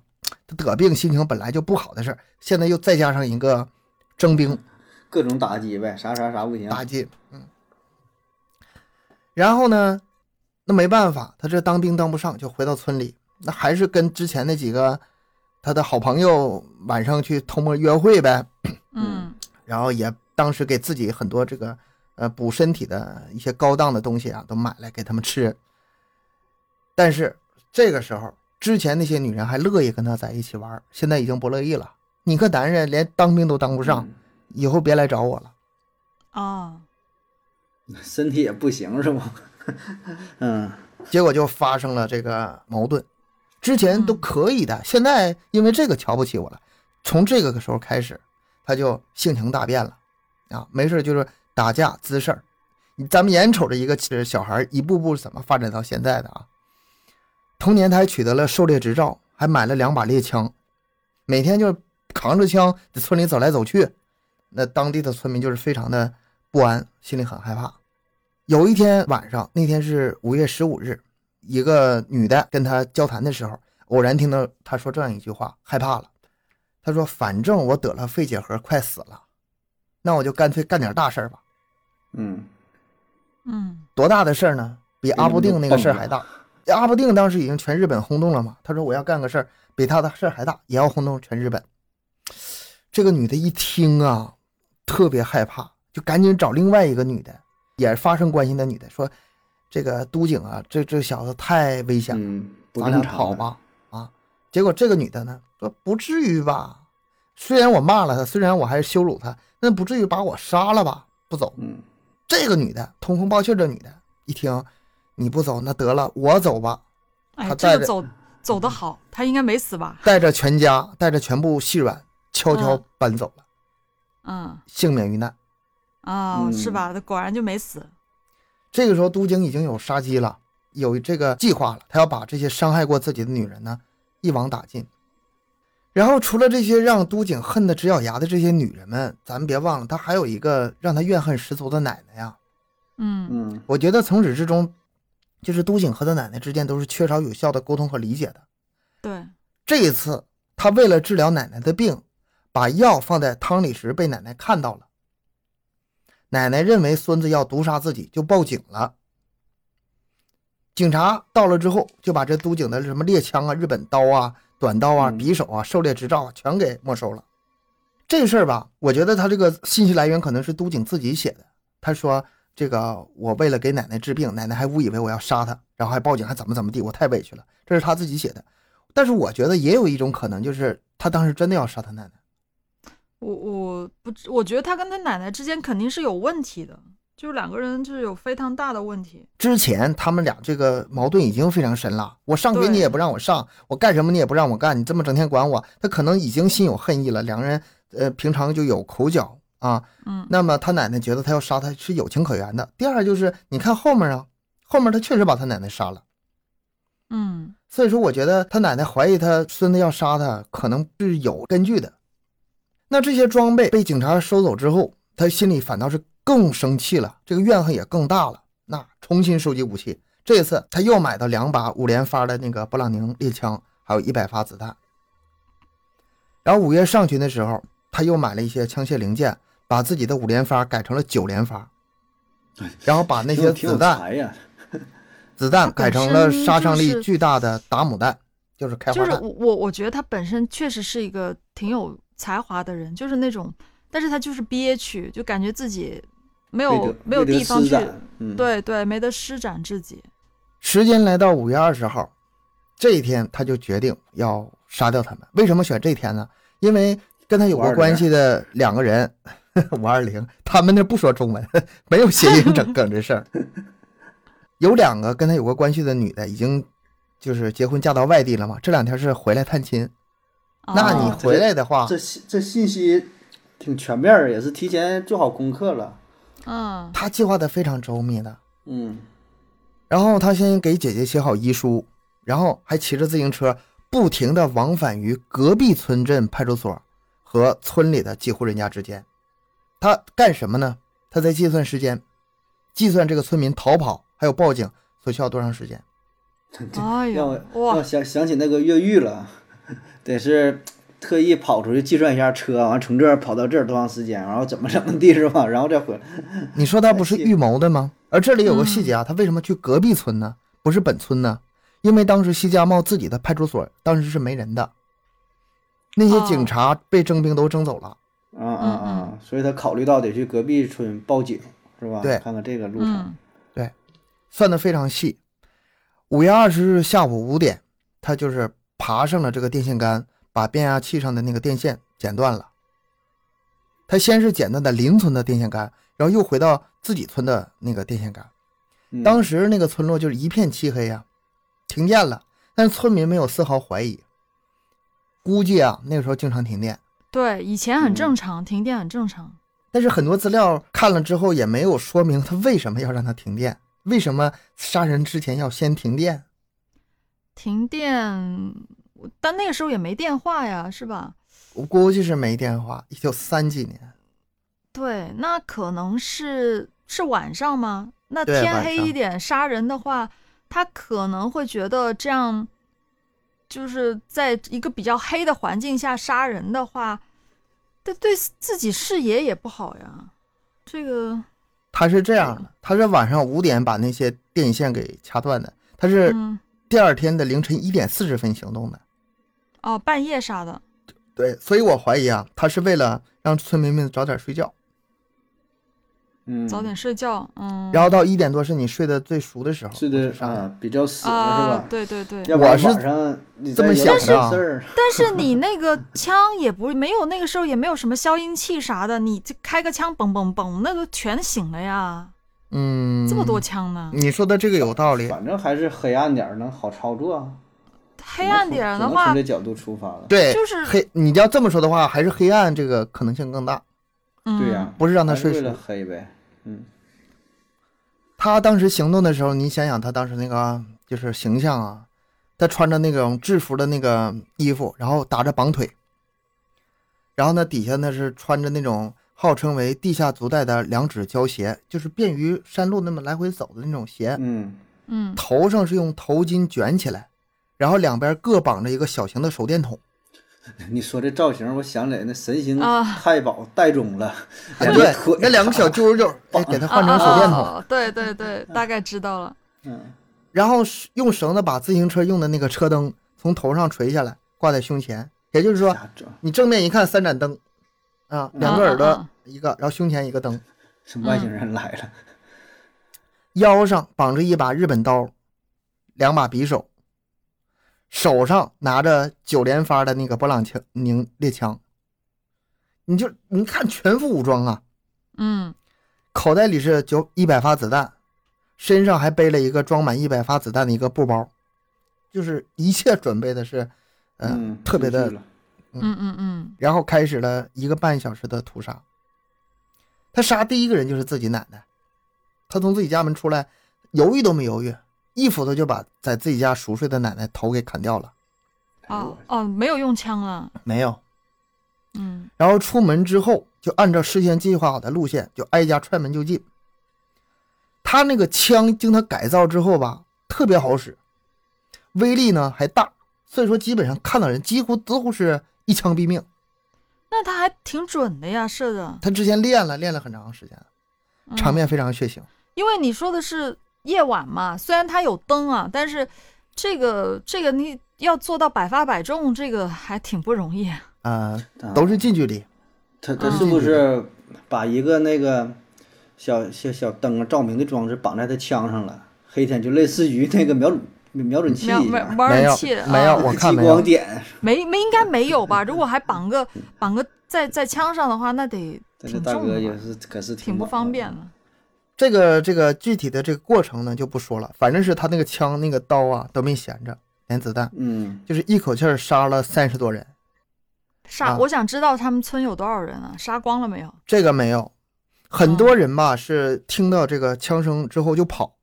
[SPEAKER 1] 他得病心情本来就不好的事儿，现在又再加上一个征兵
[SPEAKER 3] 各种打击呗，啥啥啥不行，
[SPEAKER 1] 打击，嗯。然后呢，那没办法，他这当兵当不上，就回到村里，那还是跟之前那几个他的好朋友晚上去偷摸约会呗，
[SPEAKER 2] 嗯
[SPEAKER 1] 然后也当时给自己很多这个呃补身体的一些高档的东西啊，都买来给他们吃。但是这个时候，之前那些女人还乐意跟他在一起玩儿，现在已经不乐意了。你个男人连当兵都当不上，以后别来找我了。
[SPEAKER 2] 哦，
[SPEAKER 3] 嗯，身体也不行是吗？ 嗯，
[SPEAKER 1] 结果就发生了这个矛盾。之前都可以的，现在因为这个瞧不起我了。从这个时候开始，他就性情大变了，啊，没事就是打架滋事儿。你咱们眼瞅着一个小孩儿一步步怎么发展到现在的啊？同年他还取得了狩猎执照，还买了两把猎枪，每天就扛着枪在村里走来走去。那当地的村民就是非常的不安，心里很害怕。有一天晚上，那天是五月十五日，一个女的跟他交谈的时候，偶然听到他说这样一句话，害怕了。他说：“反正我得了肺结核，快死了，那我就干脆干点大事儿吧。
[SPEAKER 3] 嗯，
[SPEAKER 2] 嗯
[SPEAKER 1] 多大的事儿呢？比阿布定那个事
[SPEAKER 3] 啊
[SPEAKER 1] 儿还大。哎阿布定当时已经全日本轰动了嘛。他说我要干个事儿，比他的事儿还大，也要轰动全日本。这个女的一听啊，特别害怕，就赶紧找另外一个女的，也是发生关系的女的，说这个都警啊，这这小子太危险了，
[SPEAKER 3] 嗯，不
[SPEAKER 1] 咱
[SPEAKER 3] 正
[SPEAKER 1] 俩
[SPEAKER 3] 常
[SPEAKER 1] 跑
[SPEAKER 3] 了，
[SPEAKER 1] 吧啊！结果这个女的呢说不至于吧，虽然我骂了他，虽然我还羞辱他，那不至于把我杀了吧？不走，
[SPEAKER 3] 嗯
[SPEAKER 1] 这个女的通风报信，这女的一听你不走，那得了，我走吧，
[SPEAKER 2] 哎
[SPEAKER 1] 他，
[SPEAKER 2] 这
[SPEAKER 1] 带
[SPEAKER 2] 个
[SPEAKER 1] 着
[SPEAKER 2] 走走得好，他应该没死吧？
[SPEAKER 1] 带着全家，带着全部细软，悄悄
[SPEAKER 2] 嗯
[SPEAKER 1] 搬走了，
[SPEAKER 2] 嗯
[SPEAKER 1] 幸免于难。
[SPEAKER 2] 啊，是
[SPEAKER 3] 嗯
[SPEAKER 2] 吧？他果然就没死。
[SPEAKER 1] 这个时候，都警已经有杀机了，有这个计划了，他要把这些伤害过自己的女人呢一网打尽。然后，除了这些让都警恨得直咬牙的这些女人们，咱们别忘了，他还有一个让他怨恨十足的奶奶呀。
[SPEAKER 2] 嗯
[SPEAKER 3] 嗯
[SPEAKER 1] 我觉得从始至终，就是都警和他奶奶之间都是缺少有效的沟通和理解的。
[SPEAKER 2] 对，
[SPEAKER 1] 这一次，他为了治疗奶奶的病，把药放在汤里时被奶奶看到了。奶奶认为孙子要毒杀自己，就报警了。警察到了之后，就把这都警的什么猎枪啊、日本刀啊、短刀啊、
[SPEAKER 3] 嗯
[SPEAKER 1] 匕首啊、狩猎执照啊，全给没收了。这事儿吧，我觉得他这个信息来源可能是都警自己写的。他说：“这个我为了给奶奶治病，奶奶还误以为我要杀她，然后还报警，还怎么怎么地，我太委屈了。”这是他自己写的。但是我觉得也有一种可能，就是他当时真的要杀他奶奶。
[SPEAKER 2] 我我不知，我觉得他跟他奶奶之间肯定是有问题的，就是两个人就是有非常大的问题。
[SPEAKER 1] 之前他们俩这个矛盾已经非常深了，我上学
[SPEAKER 2] 对
[SPEAKER 1] 你也不让我上，我干什么你也不让我干，你这么整天管我，他可能已经心有恨意了。两个人呃平常就有口角啊，
[SPEAKER 2] 嗯
[SPEAKER 1] 那么他奶奶觉得他要杀他是有情可原的。第二就是你看后面啊，后面他确实把他奶奶杀了，
[SPEAKER 2] 嗯
[SPEAKER 1] 所以说我觉得他奶奶怀疑他孙子要杀他，可能是有根据的。那这些装备被警察收走之后，他心里反倒是更生气了，这个怨恨也更大了。那重新收集武器，这次他又买到两把五连发的那个勃朗宁猎枪，还有一百发子弹。然后五月上旬的时候，他又买了一些枪械零件，把自己的五连发改成了九连发，然后把那
[SPEAKER 3] 挺有
[SPEAKER 1] 些
[SPEAKER 3] 哎挺有
[SPEAKER 1] 子弹
[SPEAKER 3] 才呀，
[SPEAKER 1] 子弹改成了杀伤
[SPEAKER 2] 它本身就
[SPEAKER 1] 力
[SPEAKER 2] 是
[SPEAKER 1] 巨大的打母弹，就是开
[SPEAKER 2] 就
[SPEAKER 1] 花
[SPEAKER 2] 是
[SPEAKER 1] 弹。
[SPEAKER 2] 我我我觉得他本身确实是一个挺有才华的人，就是那种，但是他就是憋屈，就感觉自己没
[SPEAKER 3] 没
[SPEAKER 2] 有
[SPEAKER 3] 得
[SPEAKER 2] 没有
[SPEAKER 3] 得
[SPEAKER 2] 地方
[SPEAKER 3] 施
[SPEAKER 2] 去，
[SPEAKER 3] 展嗯，，
[SPEAKER 2] 对对，没得施展自己。
[SPEAKER 1] 时间来到五月二十号，这一天他就决定要杀掉他们。为什么选这天呢？因为跟他有过关系的两个人， 五二零，他们那不说中文， 没有谐音整梗这事 儿。有两个跟他有过关系的女的，已经就是结婚嫁到外地了嘛，这两天是回来探亲。那你
[SPEAKER 2] 哦
[SPEAKER 1] 回来的话，
[SPEAKER 3] 这信这信息挺全面儿，也是提前做好功课了，
[SPEAKER 2] 嗯
[SPEAKER 1] 他计划的非常周密的。
[SPEAKER 3] 嗯
[SPEAKER 1] 然后他先给姐姐写好遗书，然后还骑着自行车不停地往返于隔壁村镇派出所和村里的几户人家之间。他干什么呢？他在计算时间，计算这个村民逃跑还有报警所需要多长时间。
[SPEAKER 2] 哎
[SPEAKER 3] 让
[SPEAKER 2] 呦
[SPEAKER 3] 我
[SPEAKER 2] 哇
[SPEAKER 3] 让我想想起那个越狱了， 得是特意跑出去计算一下车，完从这儿跑到这儿多长时间，然后怎么怎么地是吧？然后再回来，
[SPEAKER 1] 你说他不是预谋的吗？而这里有个细节啊，他为什么去隔壁村呢？不是本村呢？因为当时西家茂自己的派出所当时是没人的，那些警
[SPEAKER 2] 哦
[SPEAKER 1] 察被征兵都征走了。
[SPEAKER 3] 啊
[SPEAKER 1] 嗯
[SPEAKER 3] 啊啊！所以他考虑到得去隔壁村报警是吧？
[SPEAKER 1] 对
[SPEAKER 3] 看看这个路程。
[SPEAKER 2] 嗯
[SPEAKER 1] 算得非常细。五月二十日下午五点，他就是爬上了这个电线杆，把变压器上的那个电线剪断了。他先是剪断的邻村的电线杆，然后又回到自己村的那个电线杆。
[SPEAKER 3] 嗯
[SPEAKER 1] 当时那个村落就是一片漆黑呀、停电了，但是村民没有丝毫怀疑。估计啊，那个时候经常停电，
[SPEAKER 2] 对，以前很
[SPEAKER 3] 嗯
[SPEAKER 2] 正常，停电很正常。
[SPEAKER 1] 但是很多资料看了之后也没有说明他为什么要让它停电，为什么杀人之前要先停电。
[SPEAKER 2] 停电，我但那个时候也没电话呀，是吧？
[SPEAKER 1] 我估计是没电话。一九三几年，
[SPEAKER 2] 对，那可能是是晚上吗？那
[SPEAKER 1] 对
[SPEAKER 2] 天
[SPEAKER 1] 晚
[SPEAKER 2] 黑
[SPEAKER 1] 上
[SPEAKER 2] 一点杀人的话，他可能会觉得这样，就是在一个比较黑的环境下杀人的话，对对自己视野也不好呀。这个，
[SPEAKER 1] 他是这样的，他是晚上五点把那些电线给掐断的，他是
[SPEAKER 2] 嗯，
[SPEAKER 1] 第二天的凌晨一点四十分行动的。
[SPEAKER 2] 哦，半夜杀的，
[SPEAKER 1] 对，所以我怀疑啊，他是为了让村民们早点睡觉。
[SPEAKER 3] 嗯，
[SPEAKER 2] 早点睡觉，嗯，
[SPEAKER 1] 然后到一点多是你睡得最熟的时候，
[SPEAKER 3] 是
[SPEAKER 1] 不
[SPEAKER 3] 的
[SPEAKER 1] 上来
[SPEAKER 3] 啊，比较死了是
[SPEAKER 2] 啊
[SPEAKER 3] 吧，？
[SPEAKER 2] 对对对。
[SPEAKER 3] 要不然
[SPEAKER 1] 我是
[SPEAKER 3] 晚上你
[SPEAKER 1] 这
[SPEAKER 3] 再
[SPEAKER 1] 么
[SPEAKER 3] 有
[SPEAKER 1] 想
[SPEAKER 3] 点
[SPEAKER 1] 的啊
[SPEAKER 3] 事儿，
[SPEAKER 2] 但是 你那个枪也不没有，那个时候也没有什么消音器啥的，你这开个枪嘣嘣嘣，那都全醒了呀，
[SPEAKER 1] 嗯，
[SPEAKER 2] 这么多枪呢。
[SPEAKER 1] 你说的这个有道理，
[SPEAKER 3] 反正还是黑暗点儿能好操作啊。
[SPEAKER 2] 黑暗点儿的
[SPEAKER 3] 只能从
[SPEAKER 2] 话
[SPEAKER 3] 这，角度出发了。
[SPEAKER 1] 对，
[SPEAKER 2] 就是
[SPEAKER 1] 黑。你要这么说的话，还是黑暗这个可能性更大，
[SPEAKER 2] 嗯，
[SPEAKER 3] 哎对呀、
[SPEAKER 1] 不是让他
[SPEAKER 3] 还
[SPEAKER 1] 睡
[SPEAKER 3] 为
[SPEAKER 1] 熟
[SPEAKER 3] 了黑呗。嗯，
[SPEAKER 1] 他当时行动的时候，你想想他当时那个就是形象啊，他穿着那种制服的那个衣服，然后打着绑腿，然后呢底下呢是穿着那种号称为地下足带的两指胶鞋，就是便于山路那么来回走的那种鞋，
[SPEAKER 3] 嗯，
[SPEAKER 2] 嗯，
[SPEAKER 1] 头上是用头巾卷起来，然后两边各绑着一个小型的手电筒，
[SPEAKER 3] 你说这造型，我想起来那神行
[SPEAKER 2] 啊
[SPEAKER 3] 太保戴宗了，
[SPEAKER 1] 哎
[SPEAKER 3] 两
[SPEAKER 1] 对
[SPEAKER 3] 腿，
[SPEAKER 1] 那两个小
[SPEAKER 3] 叉，
[SPEAKER 1] 揪儿揪儿，哎，给他换成
[SPEAKER 2] 啊
[SPEAKER 1] 手电
[SPEAKER 2] 啊
[SPEAKER 1] 筒，
[SPEAKER 2] 啊对对对，大概知道了。
[SPEAKER 3] 嗯，
[SPEAKER 1] 然后是用绳子把自行车用的那个车灯从头上垂下来，挂在胸前，也就是说。
[SPEAKER 3] 瞎整，
[SPEAKER 1] 你正面一看三盏灯，啊，两个耳
[SPEAKER 2] 啊啊
[SPEAKER 1] 朵
[SPEAKER 2] 啊
[SPEAKER 1] 一个，然后胸前一个灯，
[SPEAKER 3] 是外星人来了，
[SPEAKER 1] 腰上绑着一把日本刀，两把匕首，手上拿着九连发的那个勃朗宁宁猎枪。你就你看全副武装啊，
[SPEAKER 2] 嗯，
[SPEAKER 1] 口袋里是九一百发子弹，身上还背了一个装满一百发子弹的一个布包，就是一切准备的是，呃、
[SPEAKER 3] 嗯，
[SPEAKER 1] 特别的
[SPEAKER 3] 出去了
[SPEAKER 2] 嗯嗯嗯，
[SPEAKER 1] 然后开始了一个半小时的屠杀。他杀第一个人就是自己奶奶，他从自己家门出来，犹豫都没犹豫，一斧头就把在自己家熟睡的奶奶头给砍掉了。
[SPEAKER 3] 哎呦
[SPEAKER 2] 哦
[SPEAKER 3] 我
[SPEAKER 2] 哦，没有用枪了，
[SPEAKER 1] 没有，
[SPEAKER 2] 嗯
[SPEAKER 1] 然后出门之后就按照事先计划好的路线，就挨家踹门就进。他那个枪经他改造之后吧，特别好使，威力呢还大，所以说基本上看到人几乎几乎是一枪毙命。
[SPEAKER 2] 那他还挺准的呀，射的
[SPEAKER 1] 他之前练了练了很长时间，
[SPEAKER 2] 嗯
[SPEAKER 1] 场面非常血腥。
[SPEAKER 2] 因为你说的是夜晚嘛，虽然它有灯啊，但是这个这个你要做到百发百中，这个还挺不容易。
[SPEAKER 1] 啊、
[SPEAKER 3] 啊
[SPEAKER 1] 都是近距离。
[SPEAKER 3] 他他
[SPEAKER 2] 嗯
[SPEAKER 3] 是不是把一个那个小小小灯啊照明的装置绑在他枪上了？黑天就类似于那个瞄准瞄准器一
[SPEAKER 2] 瞄
[SPEAKER 3] 样，
[SPEAKER 2] 瞄瞄
[SPEAKER 1] 没
[SPEAKER 2] 准
[SPEAKER 1] 有
[SPEAKER 2] 器啊
[SPEAKER 1] 没有我
[SPEAKER 3] 激
[SPEAKER 1] 看没
[SPEAKER 3] 光点，
[SPEAKER 2] 没没应该没有吧？如果还绑个绑个在在枪上的话，那得
[SPEAKER 3] 但是
[SPEAKER 2] 挺
[SPEAKER 3] 大
[SPEAKER 2] 重
[SPEAKER 3] 哥
[SPEAKER 2] 的
[SPEAKER 3] 也
[SPEAKER 2] 吧，
[SPEAKER 3] 是可是
[SPEAKER 2] 挺不
[SPEAKER 3] 猛
[SPEAKER 2] 方
[SPEAKER 3] 的
[SPEAKER 2] 便。了。
[SPEAKER 1] 这个这个具体的这个过程呢就不说了，反正是他那个枪那个刀啊都没闲着，连子弹
[SPEAKER 3] 嗯，
[SPEAKER 1] 就是一口气儿杀了三十多人，
[SPEAKER 2] 杀，
[SPEAKER 1] 啊
[SPEAKER 2] 我想知道他们村有多少人啊？杀光了没有？
[SPEAKER 1] 这个没有。很
[SPEAKER 2] 嗯
[SPEAKER 1] 多人吧、是听到这个枪声之后就跑，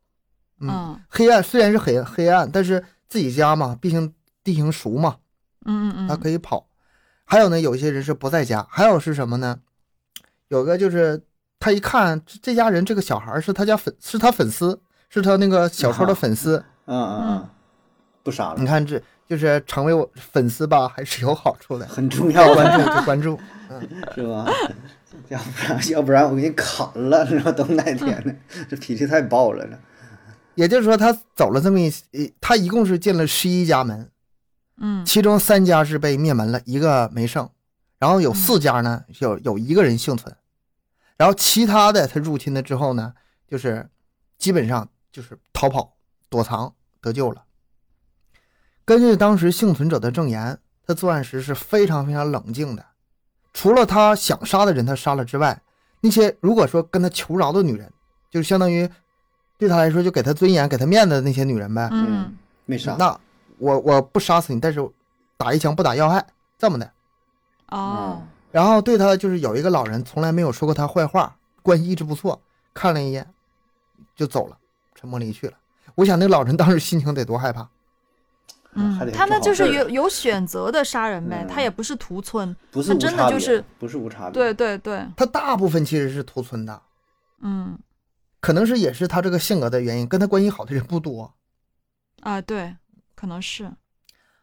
[SPEAKER 1] 嗯，
[SPEAKER 2] 嗯
[SPEAKER 1] 黑暗虽然是黑黑暗，但是自己家嘛，毕竟地形熟嘛，
[SPEAKER 2] 嗯嗯
[SPEAKER 1] 他
[SPEAKER 2] 嗯，
[SPEAKER 1] 可以跑。还有呢，有一些人是不在家，还有是什么呢？有个就是他一看这这家人这个小孩儿是他家粉是他粉丝，是他那个小说的粉丝，
[SPEAKER 3] 嗯嗯
[SPEAKER 2] 嗯
[SPEAKER 3] 嗯，不杀了，
[SPEAKER 1] 你，看这就是成为我粉丝吧，还是有好处的
[SPEAKER 3] 很重要啊，
[SPEAKER 1] 关注就关注。
[SPEAKER 3] 是吧？ 要不然要不然我给你砍了，你说都哪天 呢？这脾气太暴了，这
[SPEAKER 1] 也就是说，他走了这么一，一他一共是进了十一家门，
[SPEAKER 2] 嗯
[SPEAKER 1] 其中三家是被灭门了，一个没剩，然后有四家呢，有有一个人幸存，然后其他的他入侵了之后呢，就是基本上就是逃跑、躲藏、得救了。根据当时幸存者的证言，他作案时是非常非常冷静的，除了他想杀的人他杀了之外，那些如果说跟他求饶的女人，就相当于对他来说就给他尊严、给他面子的那些女人呗，
[SPEAKER 2] 嗯
[SPEAKER 3] 没杀。
[SPEAKER 1] 那我我不杀死你，但是打一枪不打要害，这么的。
[SPEAKER 2] 哦
[SPEAKER 1] 然后对他就是有一个老人从来没有说过他坏话，关系一直不错，看了一眼就走了，沉默离去了。我想那个老人当时心情得多害怕，
[SPEAKER 2] 嗯
[SPEAKER 3] 还得，
[SPEAKER 2] 他那
[SPEAKER 3] 做好
[SPEAKER 2] 就
[SPEAKER 3] 事
[SPEAKER 2] 是
[SPEAKER 3] 儿
[SPEAKER 2] 有有选择的杀人呗，
[SPEAKER 3] 嗯
[SPEAKER 2] 他也不是屠村，
[SPEAKER 3] 不是
[SPEAKER 2] 他
[SPEAKER 3] 无
[SPEAKER 2] 真
[SPEAKER 3] 差
[SPEAKER 2] 的就
[SPEAKER 3] 别，
[SPEAKER 2] 是
[SPEAKER 3] 不是无差别，
[SPEAKER 2] 对对对，
[SPEAKER 1] 他大部分其实是屠村的，
[SPEAKER 2] 嗯
[SPEAKER 1] 可能是也是他这个性格的原因，跟他关系好的人不多。
[SPEAKER 2] 啊对，可能是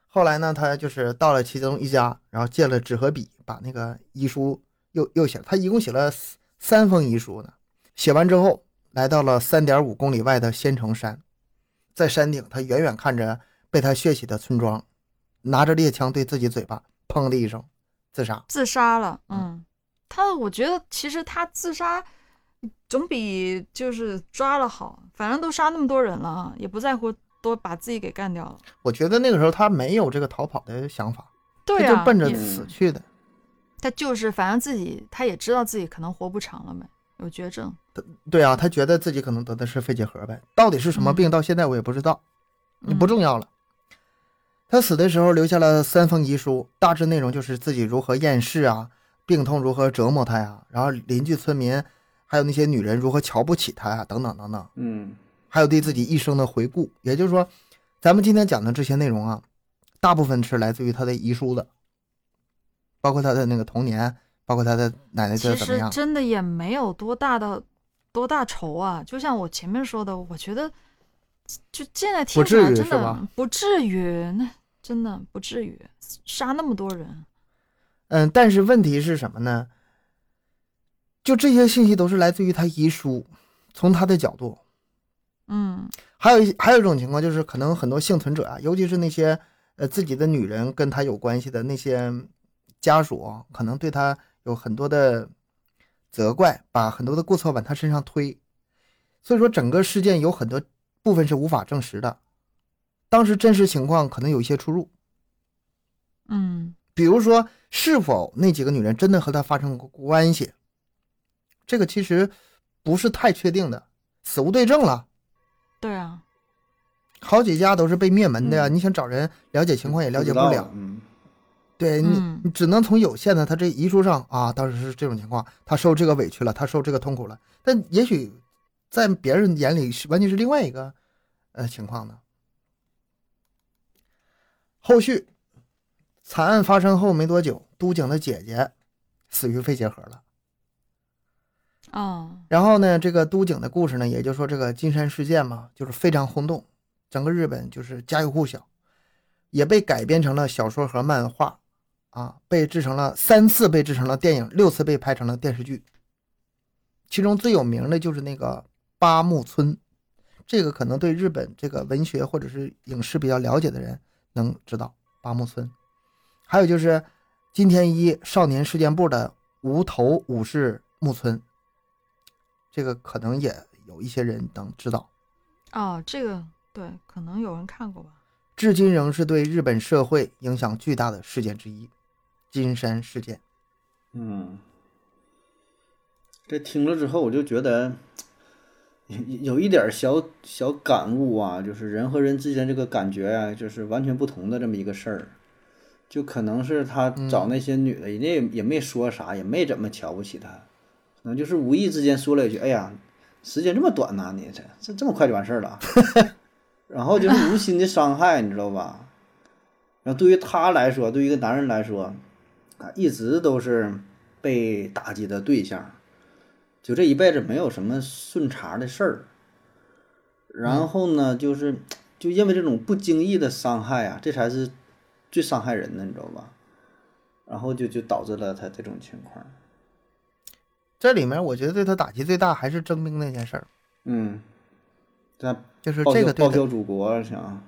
[SPEAKER 1] 后来呢，他就是到了其中一家，然后借了纸和笔，把那个遗书又又写了。他一共写了三三封遗书呢。写完之后，来到了三点五公里外的仙城山，在山顶，他远远看着被他血洗的村庄，拿着猎枪对自己嘴巴砰的一声自杀。
[SPEAKER 2] 自杀了。嗯，他我觉得其实他自杀总比就是抓了好。反正都杀那么多人了啊，也不在乎多把自己给干掉了。
[SPEAKER 1] 我觉得那个时候他没有这个逃跑的想法，
[SPEAKER 2] 对啊嗯
[SPEAKER 1] 他
[SPEAKER 2] 呀、
[SPEAKER 1] 就奔着
[SPEAKER 2] 也
[SPEAKER 1] 死去的。
[SPEAKER 2] 他就是反正自己他也知道自己可能活不长了呗，有绝症。
[SPEAKER 1] 对啊，他觉得自己可能得的是肺结核呗，到底是什么病，到现在我也不知道，
[SPEAKER 2] 嗯
[SPEAKER 1] 不重要了。他死的时候留下了三封遗书，大致内容就是自己如何厌世啊，病痛如何折磨他呀，然后邻居村民还有那些女人如何瞧不起他呀，等等等等。
[SPEAKER 3] 嗯
[SPEAKER 1] 还有对自己一生的回顾。也就是说，咱们今天讲的这些内容啊，大部分是来自于他的遗书的，包括他的那个童年，包括他的奶奶对
[SPEAKER 2] 其
[SPEAKER 1] 他怎么
[SPEAKER 2] 实
[SPEAKER 1] 样。
[SPEAKER 2] 真的也没有多大的多大仇啊，就像我前面说的，我觉得就现在听
[SPEAKER 1] 不
[SPEAKER 2] 起
[SPEAKER 1] 至
[SPEAKER 2] 来
[SPEAKER 1] 于
[SPEAKER 2] 真
[SPEAKER 1] 是
[SPEAKER 2] 的
[SPEAKER 1] 吧
[SPEAKER 2] 不至于，那真的不至于杀那么多人。
[SPEAKER 1] 嗯，但是问题是什么呢？就这些信息都是来自于他遗书，从他的角度，
[SPEAKER 2] 嗯
[SPEAKER 1] 还有一还有一种情况就是，可能很多幸存者啊，尤其是那些呃自己的女人跟他有关系的那些家属啊，可能对他有很多的责怪，把很多的过错往他身上推。所以说，整个事件有很多部分是无法证实的，当时真实情况可能有一些出入。
[SPEAKER 2] 嗯
[SPEAKER 1] 比如说，是否那几个女人真的和他发生过关系，这个其实不是太确定的，死无对证了。
[SPEAKER 2] 对啊，
[SPEAKER 1] 好几家都是被灭门的呀、
[SPEAKER 3] 嗯
[SPEAKER 1] 你想找人了解情况也了解不
[SPEAKER 3] 知
[SPEAKER 1] 了，
[SPEAKER 3] 道嗯，
[SPEAKER 1] 对你
[SPEAKER 2] 嗯，
[SPEAKER 1] 你只能从有限的他这遗书上啊，当时是这种情况，他受这个委屈了，他受这个痛苦了，但也许在别人眼里是完全是另外一个呃情况呢。后续惨案发生后没多久，都井的姐姐死于肺结核了。
[SPEAKER 2] 哦，
[SPEAKER 1] 然后呢，这个都井的故事呢，也就是说这个金山事件嘛，就是非常轰动，整个日本就是家喻户晓，也被改编成了小说和漫画，啊，被制成了三次被制成了电影，六次被拍成了电视剧。其中最有名的就是那个八木村，这个可能对日本这个文学或者是影视比较了解的人能知道八木村。还有就是金田一少年事件部的无头武士木村，这个可能也有一些人能知道，
[SPEAKER 2] 哦，这个对，可能有人看过吧。
[SPEAKER 1] 至今仍是对日本社会影响巨大的事件之一——金山事件。
[SPEAKER 3] 嗯，这听了之后，我就觉得有有一点儿小小感悟啊，就是人和人之间这个感觉啊，就是完全不同的这么一个事儿。就可能是他找那些女的，人家也也没说啥，也没怎么瞧不起他，可能就是无意之间说了一句：“哎呀，时间这么短呐、你这这这么快就完事儿了 啊。”然后就是无心的伤害，你知道吧？然后对于他来说，对于一个男人来说，啊，一直都是被打击的对象，就这一辈子没有什么顺茬的事儿。然后呢，就是就因为这种不经意的伤害啊，这才是最伤害人的，你知道吧？然后就就导致了他这种情况。
[SPEAKER 1] 这里面我觉得对他打击最大还是征兵那件事儿，
[SPEAKER 3] 嗯，他报
[SPEAKER 1] 就是
[SPEAKER 3] 效
[SPEAKER 1] 这个对
[SPEAKER 3] 报
[SPEAKER 1] 他
[SPEAKER 3] 效祖国，想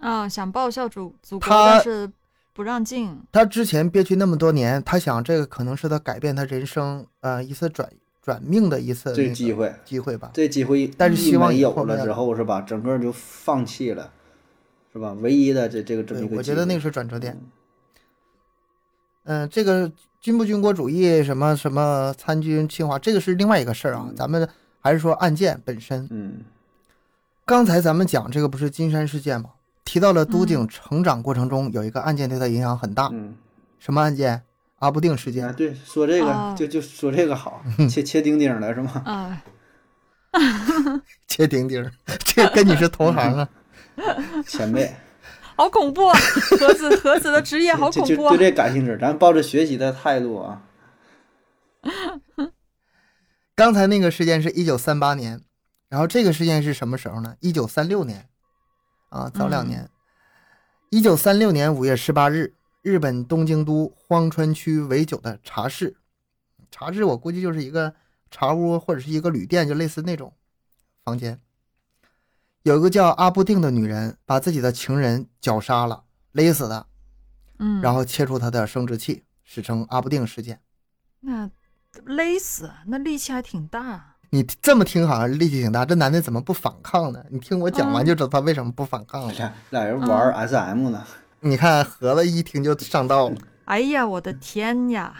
[SPEAKER 2] 啊、想报效祖祖国，
[SPEAKER 1] 他
[SPEAKER 2] 但是不让进。
[SPEAKER 1] 他之前憋屈那么多年，他想这个可能是他改变他人生呃一次转转命的一次
[SPEAKER 3] 这
[SPEAKER 1] 那个
[SPEAKER 3] 机会
[SPEAKER 1] 机会吧。
[SPEAKER 3] 这机会一
[SPEAKER 1] 但是希望
[SPEAKER 3] 没
[SPEAKER 1] 以
[SPEAKER 3] 有
[SPEAKER 1] 后没
[SPEAKER 3] 了
[SPEAKER 1] 有
[SPEAKER 3] 之后是吧？整个就放弃了，是吧？唯一的这这个这么
[SPEAKER 1] 对
[SPEAKER 3] 一，个机会，
[SPEAKER 1] 我觉得那个是转折点。嗯、这个军不军国主义什么什么参军侵华，这个是另外一个事儿啊。咱们还是说案件本身。
[SPEAKER 3] 嗯
[SPEAKER 1] 刚才咱们讲这个不是金山事件吗？提到了都井成长过程中有一个案件对他影响很大，
[SPEAKER 3] 嗯，
[SPEAKER 1] 什么案件？阿不定事
[SPEAKER 3] 啊
[SPEAKER 1] 件。
[SPEAKER 3] 对，说这个、
[SPEAKER 2] 啊
[SPEAKER 3] 就就说这个好，
[SPEAKER 1] 嗯
[SPEAKER 3] 切切钉钉的 是吗？
[SPEAKER 2] 啊、
[SPEAKER 1] 切钉钉儿，这跟你是同行啊。
[SPEAKER 3] 前辈，
[SPEAKER 2] 好恐怖啊！盒子盒子的职 业好
[SPEAKER 3] 就
[SPEAKER 2] 恐
[SPEAKER 3] 就
[SPEAKER 2] 怖啊
[SPEAKER 3] 对！这感兴趣，咱抱着学习的态度啊，
[SPEAKER 1] 刚才那个事件是一九三八年，然后这个事件是什么时候呢？一九三六年，啊，早两年。一九三六年五月十八日，日本东京都荒川区尾久的茶室，茶室我估计就是一个茶屋或者是一个旅店，就类似那种房间。有一个叫阿布定的女人把自己的情人绞杀了，勒死的，
[SPEAKER 2] 嗯，
[SPEAKER 1] 然后切除他的生殖器，史称阿布定事件。
[SPEAKER 2] 那勒死，啊那力气还挺大。啊
[SPEAKER 1] 你这么听好像力气挺大，这男的怎么不反抗呢？你听我讲完就知道他为什么不反抗了。
[SPEAKER 3] 俩俩人
[SPEAKER 2] 嗯
[SPEAKER 3] 玩 SM 呢，
[SPEAKER 1] 你看盒子一听就上道了。
[SPEAKER 2] 哎呀，我的天呀！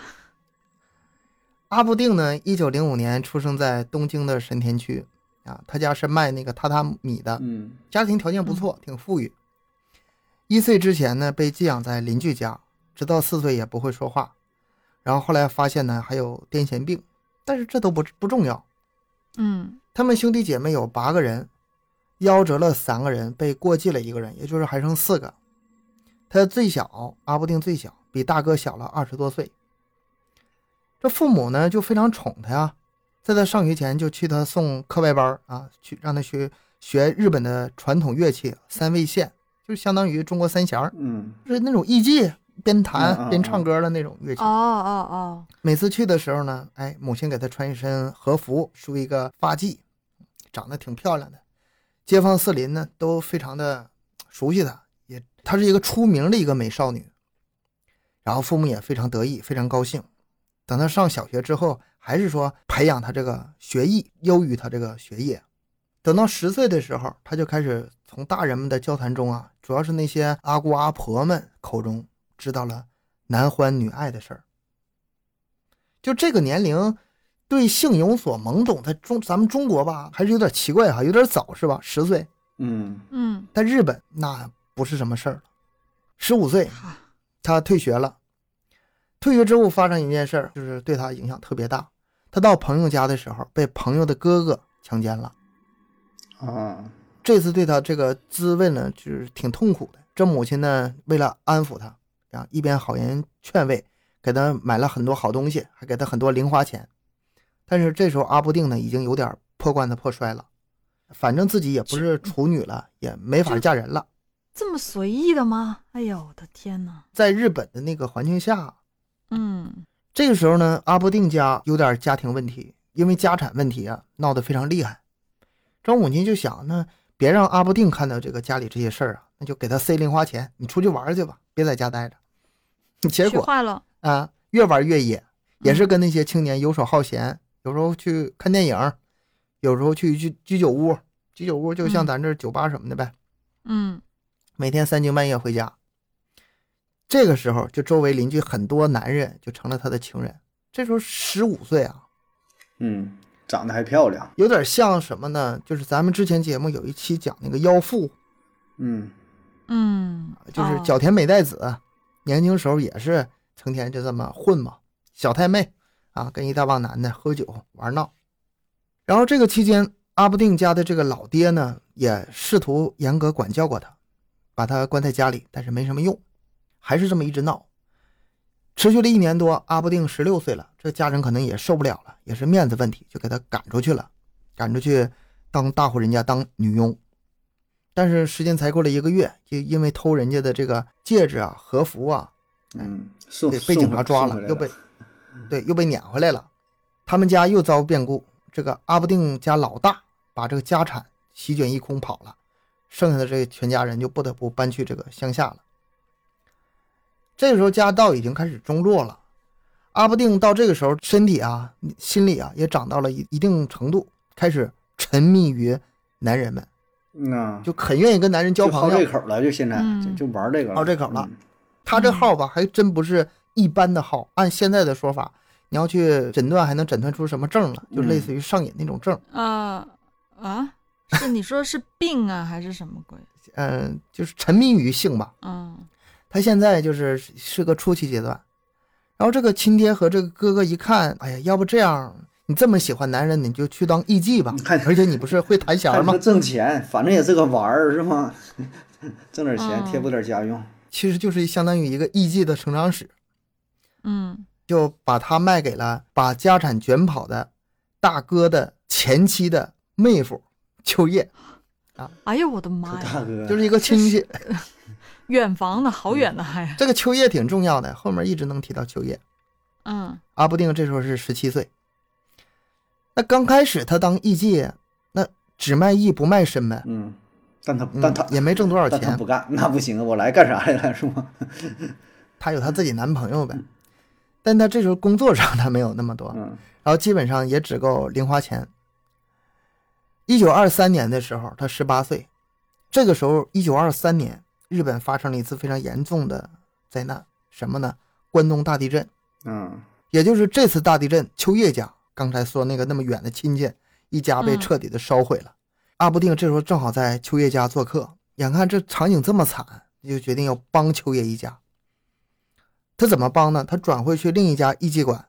[SPEAKER 1] 阿部定呢，一九零五年出生在东京的神田区啊，他家是卖那个榻榻米的，
[SPEAKER 3] 嗯
[SPEAKER 1] 家庭条件不错，挺富裕。一岁之前呢，被寄养在邻居家，直到四岁也不会说话。然后后来发现呢，还有癫痫病，但是这都不不重要。
[SPEAKER 2] 嗯
[SPEAKER 1] 他们兄弟姐妹有八个人，夭折了三个人，被过继了一个人，也就是还剩四个。他最小，阿布定最小，比大哥小了二十多岁。这父母呢就非常宠他呀，在他上学前就去他送课外班儿啊，去让他学学日本的传统乐器三味线，就相当于中国三弦儿，
[SPEAKER 3] 嗯，
[SPEAKER 1] 就是那种艺伎，边
[SPEAKER 3] 嗯嗯
[SPEAKER 1] 弹边唱
[SPEAKER 3] 嗯
[SPEAKER 1] 歌的那种乐器。
[SPEAKER 2] 哦哦
[SPEAKER 1] 每次去的时候呢，哎，母亲给她穿一身和服，梳一个发髻，长得挺漂亮的。街坊四邻呢都非常的熟悉她，也她是一个出名的一个美少女。然后父母也非常得意，非常高兴。等她上小学之后，还是说培养她这个学艺，优于她这个学业。等到十岁的时候，她就开始从大人们的交谈中啊，主要是那些阿姑阿婆们口中知道了男欢女爱的事儿。就这个年龄，对性有所懵懂，在中咱们中国吧，还是有点奇怪哈，有点早是吧？十岁，
[SPEAKER 3] 嗯
[SPEAKER 2] 哦，嗯，
[SPEAKER 1] 但日本那不是什么事儿了。十五岁，
[SPEAKER 2] 哈
[SPEAKER 1] 他退学了。退学之后发生一件事儿，就是对他影响特别大。他到朋友家的时候，被朋友的哥哥强奸了。
[SPEAKER 3] 啊，
[SPEAKER 1] 这次对他这个滋味呢，就是挺痛苦的。这母亲呢，为了安抚他，啊，一边好言劝慰，给他买了很多好东西，还给他很多零花钱。但是这时候阿布定呢，已经有点破罐子破摔了，反正自己也不是处女了，也没法嫁人了。
[SPEAKER 2] 这么随意的吗？哎呦，我的天哪！
[SPEAKER 1] 在日本的那个环境下，
[SPEAKER 2] 嗯
[SPEAKER 1] 这个时候呢，阿布定家有点家庭问题，因为家产问题啊，闹得非常厉害。张母亲就想，那别让阿布定看到这个家里这些事儿啊，那就给他塞零花钱，你出去玩去吧，别在家待着。 结
[SPEAKER 2] 学
[SPEAKER 1] 果
[SPEAKER 2] 坏了，
[SPEAKER 1] 啊，越玩越野，也是跟那些青年游手好闲，有时候去看电影，有时候去居居酒屋，居酒屋就像
[SPEAKER 2] 嗯
[SPEAKER 1] 咱这儿酒吧什么的呗。
[SPEAKER 2] 嗯
[SPEAKER 1] 每天三更半夜回家。这个时候，就周围邻居很多男人就成了他的情人。这时候十五岁啊，
[SPEAKER 3] 嗯，长得还漂亮，
[SPEAKER 1] 有点像什么呢？就是咱们之前节目有一期讲那个妖妇，
[SPEAKER 3] 嗯
[SPEAKER 2] 嗯，
[SPEAKER 1] 就是
[SPEAKER 2] 哦
[SPEAKER 1] 角田美代子，年轻时候也是成天就这么混嘛，小太妹啊，跟一大帮男的喝酒玩闹。然后这个期间，阿布定家的这个老爹呢，也试图严格管教过他，把他关在家里，但是没什么用，还是这么一直闹。持续了一年多，阿布定十六岁了，这家人可能也受不了了，也是面子问题，就给他赶出去了，赶出去当大户人家当女佣。但是时间才过了一个月，就因为偷人家的这个戒指啊、和服啊，
[SPEAKER 3] 嗯，送
[SPEAKER 1] 对，被警察抓了，又被，对，又被撵回来了。他们家又遭变故，这个阿布定家老大把这个家产席卷一空跑了，剩下的这全家人就不得不搬去这个乡下了。这个时候家道已经开始中落了，阿布定到这个时候身体啊、心理啊也长到了一一定程度，开始沉迷于男人们，
[SPEAKER 3] 那
[SPEAKER 1] 就很愿意跟男人交
[SPEAKER 3] 嗯就好
[SPEAKER 1] 朋
[SPEAKER 3] 这
[SPEAKER 1] 友。
[SPEAKER 3] 口了，就现在就
[SPEAKER 2] 嗯
[SPEAKER 3] 就玩这个了，
[SPEAKER 1] 好这口了
[SPEAKER 3] 嗯，
[SPEAKER 1] 他这号吧，还真不是一般的号。按现在的说法，你要去诊断，还能诊断出什么症了？就
[SPEAKER 3] 嗯
[SPEAKER 1] 类似于上瘾那种症。
[SPEAKER 2] 啊 啊，是你说是病啊，还是什么鬼？
[SPEAKER 1] 嗯、就是沉迷于性吧。
[SPEAKER 2] 嗯
[SPEAKER 1] 他现在就是是个初期阶段。然后这个亲爹和这个哥哥一看，哎呀，要不这样，你这么喜欢男人，你就去当艺妓吧
[SPEAKER 3] 你看。
[SPEAKER 1] 而且你不是会弹弦儿
[SPEAKER 3] 还
[SPEAKER 1] 吗
[SPEAKER 3] 能？挣钱，反正也是个玩儿，是吗？ 挣点钱，
[SPEAKER 2] 嗯
[SPEAKER 3] 贴补点家用，
[SPEAKER 1] 其实就是相当于一个艺妓的成长史，
[SPEAKER 2] 嗯
[SPEAKER 1] 就把他卖给了把家产卷跑的大哥的前妻的妹夫秋叶，
[SPEAKER 2] 哎呦我的
[SPEAKER 3] 可
[SPEAKER 2] 妈
[SPEAKER 3] 大
[SPEAKER 2] 呀，
[SPEAKER 3] 哥
[SPEAKER 1] 就是一个亲戚。
[SPEAKER 2] 远房的好远的还，
[SPEAKER 1] 这个秋叶挺重要的，后面一直能提到秋叶。
[SPEAKER 2] 嗯
[SPEAKER 1] 阿布定这时候是十七岁，那刚开始他当艺妓，那只卖艺不卖身呗，
[SPEAKER 3] 嗯，但他
[SPEAKER 1] 嗯
[SPEAKER 3] 但他
[SPEAKER 1] 也没挣多少
[SPEAKER 3] 但他
[SPEAKER 1] 钱
[SPEAKER 3] 不，干，那不行啊，我来干啥来了，是吗？
[SPEAKER 1] 她有她自己男朋友呗。但他这时候工作上他没有那么多，
[SPEAKER 3] 嗯
[SPEAKER 1] 然后基本上也只够零花钱。一九二三年的时候，他十八岁，这个时候一九二三年，日本发生了一次非常严重的灾难，什么呢？关东大地震。
[SPEAKER 3] 嗯
[SPEAKER 1] 也就是这次大地震，秋叶家刚才说那个那么远的亲戚一家被
[SPEAKER 2] 嗯
[SPEAKER 1] 彻底的烧毁了。阿部定这时候正好在秋叶家做客，眼看这场景这么惨，就决定要帮秋叶一家。他怎么帮呢？他转会去另一家艺妓馆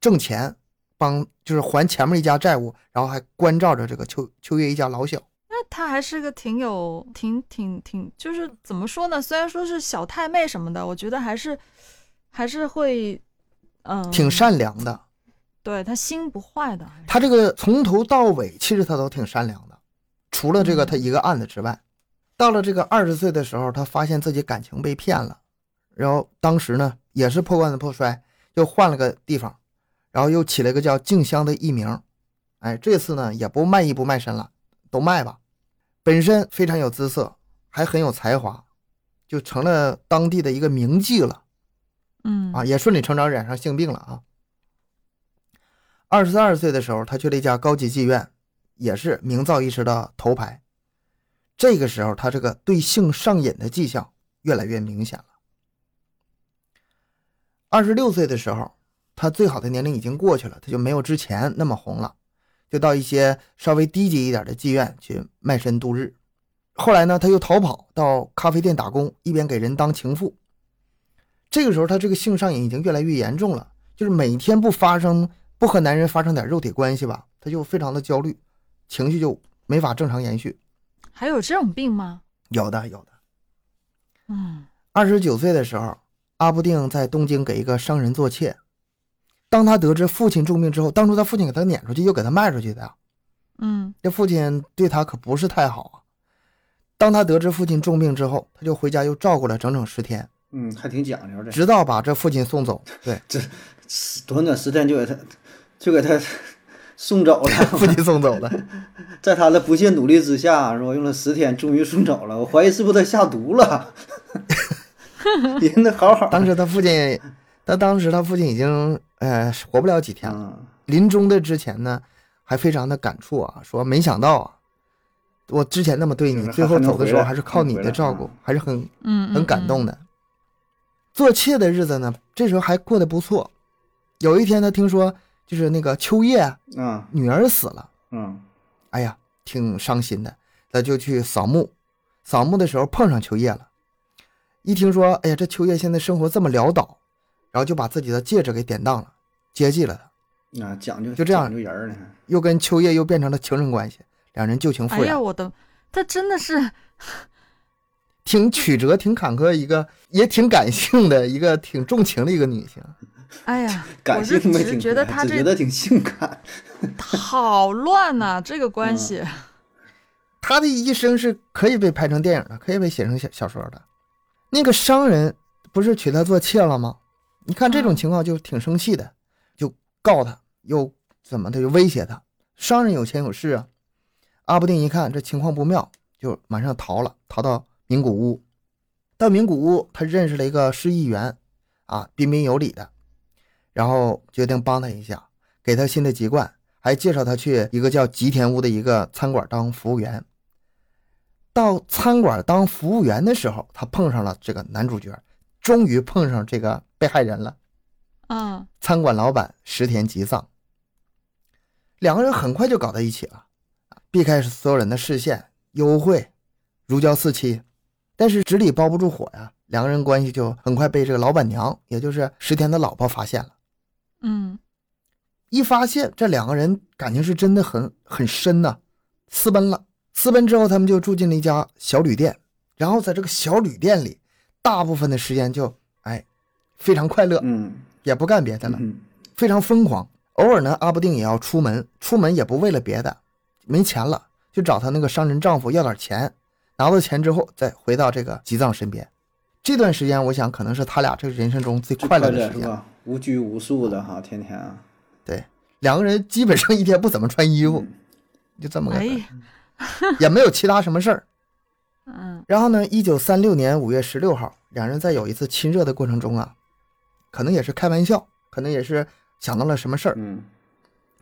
[SPEAKER 1] 挣钱，帮就是还前面一家债务，然后还关照着这个秋秋叶一家老小。
[SPEAKER 2] 那他还是个挺有、挺挺挺，就是怎么说呢？虽然说是小太妹什么的，我觉得还是还是会，嗯，
[SPEAKER 1] 挺，善良的。
[SPEAKER 2] 对他心不坏的，还是
[SPEAKER 1] 他这个从头到尾，其实他都挺善良的，除了这个他一个案子之外，到了这个二十岁的时候，他发现自己感情被骗了，然后当时呢也是破罐子破摔，又换了个地方，然后又起了一个叫静香的艺名，哎，这次呢也不卖艺不卖身了，都卖吧，本身非常有姿色，还很有才华，就成了当地的一个名妓了。
[SPEAKER 2] 嗯
[SPEAKER 1] 啊，也顺理成章染上性病了啊。二十二岁的时候，他去了一家高级妓院，也是名噪一时的头牌。这个时候，他这个对性上瘾的迹象越来越明显了。二十六岁的时候，他最好的年龄已经过去了，他就没有之前那么红了，就到一些稍微低级一点的妓院去卖身度日。后来呢，他又逃跑到咖啡店打工，一边给人当情妇，这个时候他这个性上瘾已经越来越严重了，就是每天不发生不和男人发生点肉体关系吧，他就非常的焦虑，情绪就没法正常延续。
[SPEAKER 2] 还有这种病吗？
[SPEAKER 1] 有的有的。
[SPEAKER 2] 嗯
[SPEAKER 1] 二十九岁的时候，阿部定在东京给一个商人做妾。当他得知父亲重病之后，当初他父亲给他撵出去，又给他卖出去的呀。
[SPEAKER 2] 嗯
[SPEAKER 1] 这父亲对他可不是太好啊。当他得知父亲重病之后，他就回家又照顾了整整十天，
[SPEAKER 3] 嗯，还挺讲究的，
[SPEAKER 1] 直到把这父亲送走。对，
[SPEAKER 3] 短短时间就给他就给他送走了。
[SPEAKER 1] 父亲送走了。
[SPEAKER 3] 在他的不懈努力之下，说用了十天，终于送走了。我怀疑是不是他下毒了？ 人家好好的，
[SPEAKER 1] 当时他父亲，他当时他父亲已经呃活不了几天了。
[SPEAKER 3] 嗯
[SPEAKER 1] 临终的之前呢，还非常的感触啊，说没想到啊，我之前那么对
[SPEAKER 3] 就
[SPEAKER 1] 你，
[SPEAKER 3] 是还
[SPEAKER 1] 最后走的时候
[SPEAKER 3] 还能回来
[SPEAKER 1] 还是靠你
[SPEAKER 3] 还能回
[SPEAKER 1] 的
[SPEAKER 3] 来
[SPEAKER 1] 照顾
[SPEAKER 3] 嗯，
[SPEAKER 1] 还是很
[SPEAKER 2] 嗯，
[SPEAKER 1] 很感动的。做妾的日子呢，这时候还过得不错。有一天他听说就是那个秋叶
[SPEAKER 3] 嗯
[SPEAKER 1] 女儿死了，
[SPEAKER 3] 嗯
[SPEAKER 1] 哎呀，挺伤心的。他就去扫墓，扫墓的时候碰上秋叶了。一听说，哎呀，这秋叶现在生活这么潦倒，然后就把自己的戒指给典当了，接济了他，
[SPEAKER 3] 嗯，啊，讲究
[SPEAKER 1] 就这样
[SPEAKER 3] 讲究人儿呢。
[SPEAKER 1] 又跟秋叶又变成了情人关系，两人旧情
[SPEAKER 2] 嗯。哎
[SPEAKER 1] 复燃，
[SPEAKER 2] 呀，我的，他真的是，
[SPEAKER 1] 挺曲折、挺坎坷，一个也挺感性的一个挺重情的一个女性。
[SPEAKER 2] 哎呀，
[SPEAKER 3] 感
[SPEAKER 2] 我是
[SPEAKER 3] 性
[SPEAKER 2] 只
[SPEAKER 3] 没
[SPEAKER 2] 是
[SPEAKER 3] 挺
[SPEAKER 2] 觉
[SPEAKER 3] 出
[SPEAKER 2] 得
[SPEAKER 3] 来
[SPEAKER 2] 他
[SPEAKER 3] 只
[SPEAKER 2] 这
[SPEAKER 3] 觉得挺性感。
[SPEAKER 2] 好乱呐、这个关
[SPEAKER 3] 嗯
[SPEAKER 2] 系。
[SPEAKER 1] 她的一生是可以被拍成电影的，可以被写成小小说的。那个商人不是娶她做妾了吗？你看这种
[SPEAKER 2] 嗯
[SPEAKER 1] 情况就挺生气的，就告她，又怎么的，就威胁她。商人有钱有势啊。阿布定一看这情况不妙，就马上逃了，逃到名古屋。到名古屋，他认识了一个市议员，啊，彬彬有礼的，然后决定帮他一下，给他新的籍贯，还介绍他去一个叫吉田屋的一个餐馆当服务员。到餐馆当服务员的时候，他碰上了这个男主角，终于碰上这个被害人了。
[SPEAKER 2] 嗯
[SPEAKER 1] 餐馆老板石田吉藏。两个人很快就搞在一起了，避开所有人的视线，幽会，如胶似漆。但是纸里包不住火呀，两个人关系就很快被这个老板娘，也就是石田的老婆发现了。
[SPEAKER 2] 嗯
[SPEAKER 1] 一发现这两个人感情是真的很很深呐、私奔了。私奔之后，他们就住进了一家小旅店，然后在这个小旅店里，大部分的时间就哎非常快乐，
[SPEAKER 3] 嗯，
[SPEAKER 1] 也不干别的了。
[SPEAKER 3] 嗯
[SPEAKER 1] 非常疯狂。偶尔呢，阿布定也要出门，出门也不为了别的，没钱了就找她那个商人丈夫要点钱，拿到钱之后再回到这个吉藏身边。这段时间，我想可能是他俩这人生中最
[SPEAKER 3] 就
[SPEAKER 1] 快乐的
[SPEAKER 3] 乐
[SPEAKER 1] 时
[SPEAKER 3] 是
[SPEAKER 1] 间。
[SPEAKER 3] 吧？无拘无束的哈，天天啊，
[SPEAKER 1] 对，两个人基本上一天不怎么穿衣服，就这么个事
[SPEAKER 2] 嗯哎
[SPEAKER 1] 儿，
[SPEAKER 2] 呀，
[SPEAKER 1] 也没有其他什么事儿。
[SPEAKER 2] 嗯
[SPEAKER 1] 然后呢，一九三六年五月十六号，两人在有一次亲热的过程中啊，可能也是开玩笑，可能也是想到了什么事儿，
[SPEAKER 3] 嗯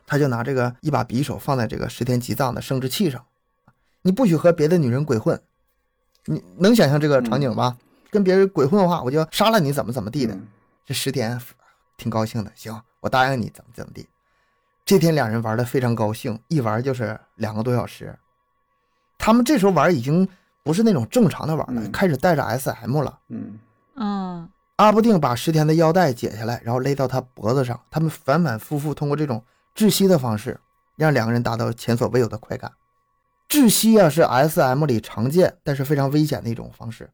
[SPEAKER 1] 他就拿这个一把匕首放在这个石田吉藏的生殖器上，啊你不许和别的女人鬼混，你能想象这个场景吧？
[SPEAKER 2] 嗯
[SPEAKER 1] 跟别人鬼混的话，我就杀了你，怎么怎么地的。
[SPEAKER 3] 嗯
[SPEAKER 1] 这石田挺高兴的，行，我答应你怎么怎么地。这天两人玩的非常高兴，一玩就是两个多小时。他们这时候玩已经不是那种正常的玩了，
[SPEAKER 3] 嗯
[SPEAKER 1] 开始带着 SM 了。
[SPEAKER 3] 嗯
[SPEAKER 2] 嗯
[SPEAKER 1] 阿布定把石田的腰带解下来，然后勒到他脖子上。他们反反复复通过这种窒息的方式，让两个人达到前所未有的快感。窒息啊，是 S.M 里常见但是非常危险的一种方式，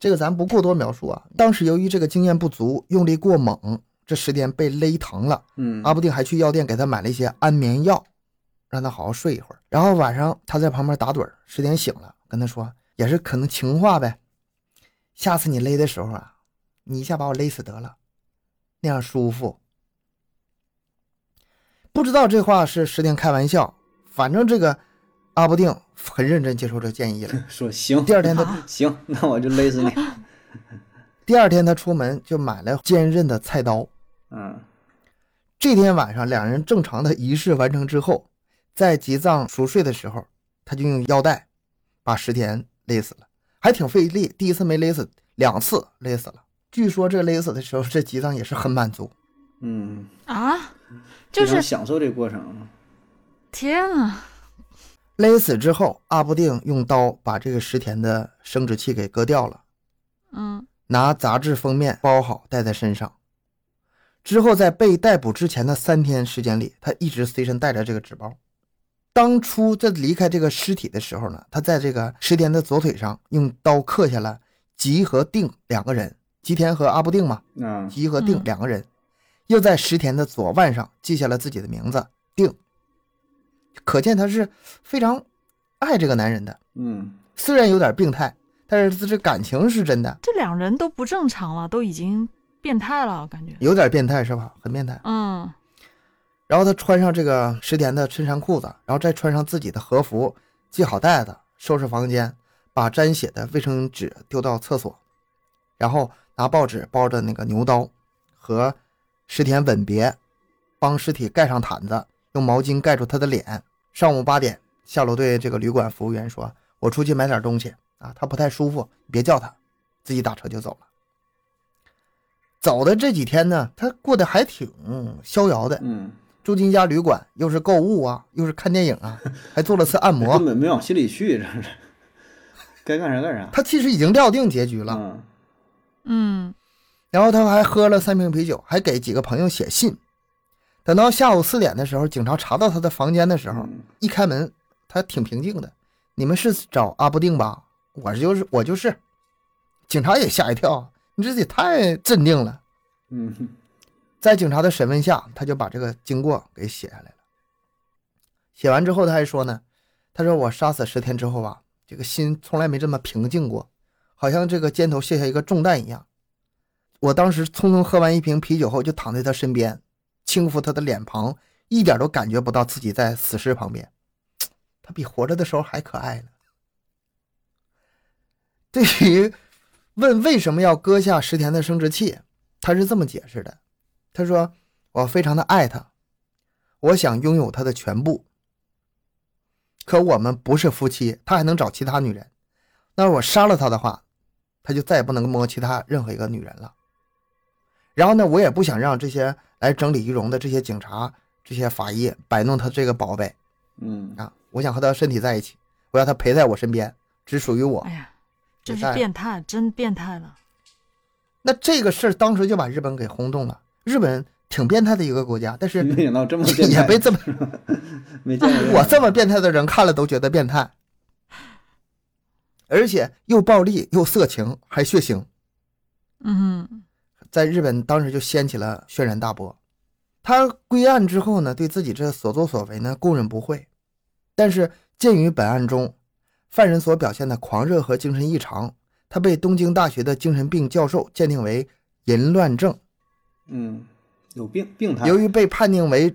[SPEAKER 1] 这个咱不过多描述啊。当时由于这个经验不足，用力过猛，这石田被勒疼了。
[SPEAKER 3] 嗯
[SPEAKER 1] 阿布定还去药店给他买了一些安眠药，让他好好睡一会儿。然后晚上他在旁边打盹儿，十点醒了，跟他说也是可能情话呗，下次你勒的时候啊，你一下把我勒死得了，那样舒服。不知道这话是十天开玩笑，反正这个阿布定很认真接受这建议了。
[SPEAKER 3] 说行，
[SPEAKER 1] 第二天他
[SPEAKER 3] 行，那我就 勒死你。
[SPEAKER 1] 第二天他出门就买了坚韧的菜刀，
[SPEAKER 3] 嗯
[SPEAKER 1] 这天晚上，两人正常的仪式完成之后，在吉藏熟睡的时候，他就用腰带把石田勒死了，还挺费力。第一次没勒死，两次勒死了。据说这勒死的时候，这吉藏也是很满足。
[SPEAKER 3] 嗯，
[SPEAKER 2] 啊，就
[SPEAKER 3] 非常
[SPEAKER 2] 是
[SPEAKER 3] 享受这个过程。
[SPEAKER 2] 天啊，
[SPEAKER 1] 勒死之后，阿布定用刀把这个石田的生殖器给割掉了，
[SPEAKER 2] 嗯
[SPEAKER 1] 拿杂志封面包好带在身上。之后，在被逮捕之前的三天时间里，他一直随身带着这个纸包。当初在离开这个尸体的时候呢，他在这个石田的左腿上用刀刻下了吉和定两个人，吉田和阿部定嘛，
[SPEAKER 3] 嗯
[SPEAKER 1] 吉和定
[SPEAKER 2] 嗯
[SPEAKER 1] 两个人，又在石田的左腕上记下了自己的名字定。可见他是非常爱这个男人的，
[SPEAKER 3] 嗯，
[SPEAKER 1] 虽然有点病态，但是这感情是真的，
[SPEAKER 2] 这两人都不正常了，都已经变态了，我感觉。
[SPEAKER 1] 有点变态是吧？很变态。
[SPEAKER 2] 嗯
[SPEAKER 1] 然后他穿上这个石田的衬衫裤子，然后再穿上自己的和服，系好带子，收拾房间，把沾血的卫生纸丢到厕所，然后拿报纸包着那个牛刀，和石田吻别，帮尸体盖上毯子，用毛巾盖住他的脸。上午八点，下楼对这个旅馆服务员说：“我出去买点东西啊，他不太舒服，别叫他。”自己打车就走了。走的这几天呢，他过得还挺逍遥的。
[SPEAKER 3] 嗯，
[SPEAKER 1] 住进一家旅馆，又是购物啊，又是看电影 啊，还做了次按摩
[SPEAKER 3] 根。本没往心里去，这是该干啥干啥。
[SPEAKER 1] 他其实已经料定结局了，
[SPEAKER 3] 嗯
[SPEAKER 2] 嗯
[SPEAKER 1] 然后他还喝了三瓶啤酒，还给几个朋友写信。等到下午四点的时候，警察查到他的房间的时候，
[SPEAKER 3] 嗯
[SPEAKER 1] 一开门，他挺平静的。你们是找阿布定吧？我就是我就是。警察也吓一跳，你这也太镇定了。
[SPEAKER 3] 嗯
[SPEAKER 1] 在警察的审问下，他就把这个经过给写下来了。写完之后，他还说呢，他说我杀死石田之后啊，这个心从来没这么平静过，好像这个肩头卸下一个重担一样。我当时匆匆喝完一瓶啤酒后，就躺在他身边，轻抚他的脸庞，一点都感觉不到自己在死尸旁边。他比活着的时候还可爱呢。对于问为什么要割下石田的生殖器，他是这么解释的：他说：“我非常的爱他，我想拥有他的全部。可我们不是夫妻，他还能找其他女人。那我杀了他的话，他就再也不能摸其他任何一个女人了。然后呢，我也不想让这些来整理仪容的这些警察、这些法医摆弄他这个宝贝
[SPEAKER 3] 嗯，
[SPEAKER 1] 啊！我想和他身体在一起，我要他陪在我身边，只属于我
[SPEAKER 2] 哎。呀，真
[SPEAKER 1] 变态
[SPEAKER 2] 是变态，真变态了。
[SPEAKER 1] 那这个事儿当时就把日本给轰动了。日本挺变态的一个国家，但是
[SPEAKER 3] 嗯没想到 这么变态
[SPEAKER 1] 也被这么
[SPEAKER 3] 没见 过
[SPEAKER 1] 我这么变态的人看了都觉得变态，而且又暴力又色情还血腥，
[SPEAKER 2] 嗯
[SPEAKER 1] 在日本当时就掀起了轩然大波。他归案之后呢，对自己这所作所为呢供认不讳，但是鉴于本案中犯人所表现的狂热和精神异常，他被东京大学的精神病教授鉴定为淫乱症。
[SPEAKER 3] 嗯有病病态
[SPEAKER 1] 由于被判定为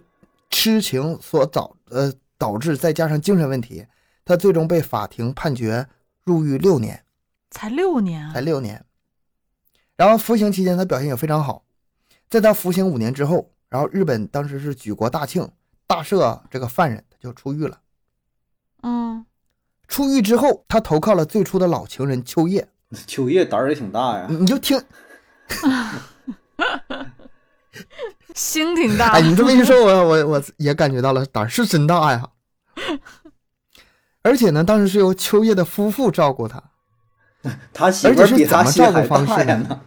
[SPEAKER 1] 痴情所导呃导致，再加上精神问题，他最终被法庭判决入狱六年，
[SPEAKER 2] 才六年啊
[SPEAKER 1] 才，六年。然后服刑期间，他表现也非常好，在他服刑五年之后，然后日本当时是举国大庆，大赦这个犯人，他就出狱了。
[SPEAKER 2] 嗯
[SPEAKER 1] 出狱之后，他投靠了最初的老情人秋叶。
[SPEAKER 3] 秋叶胆儿也挺大呀
[SPEAKER 1] 你，你就听，
[SPEAKER 2] 心挺大
[SPEAKER 1] 哎，。你这么一说，我我我也感觉到了，胆儿是真大呀。而且呢，当时是由秋叶的夫妇照顾他，
[SPEAKER 3] 他媳妇儿比他心
[SPEAKER 1] 而且是怎么照
[SPEAKER 3] 还
[SPEAKER 1] 顾
[SPEAKER 3] 大
[SPEAKER 1] 方式
[SPEAKER 3] 呀
[SPEAKER 1] 呢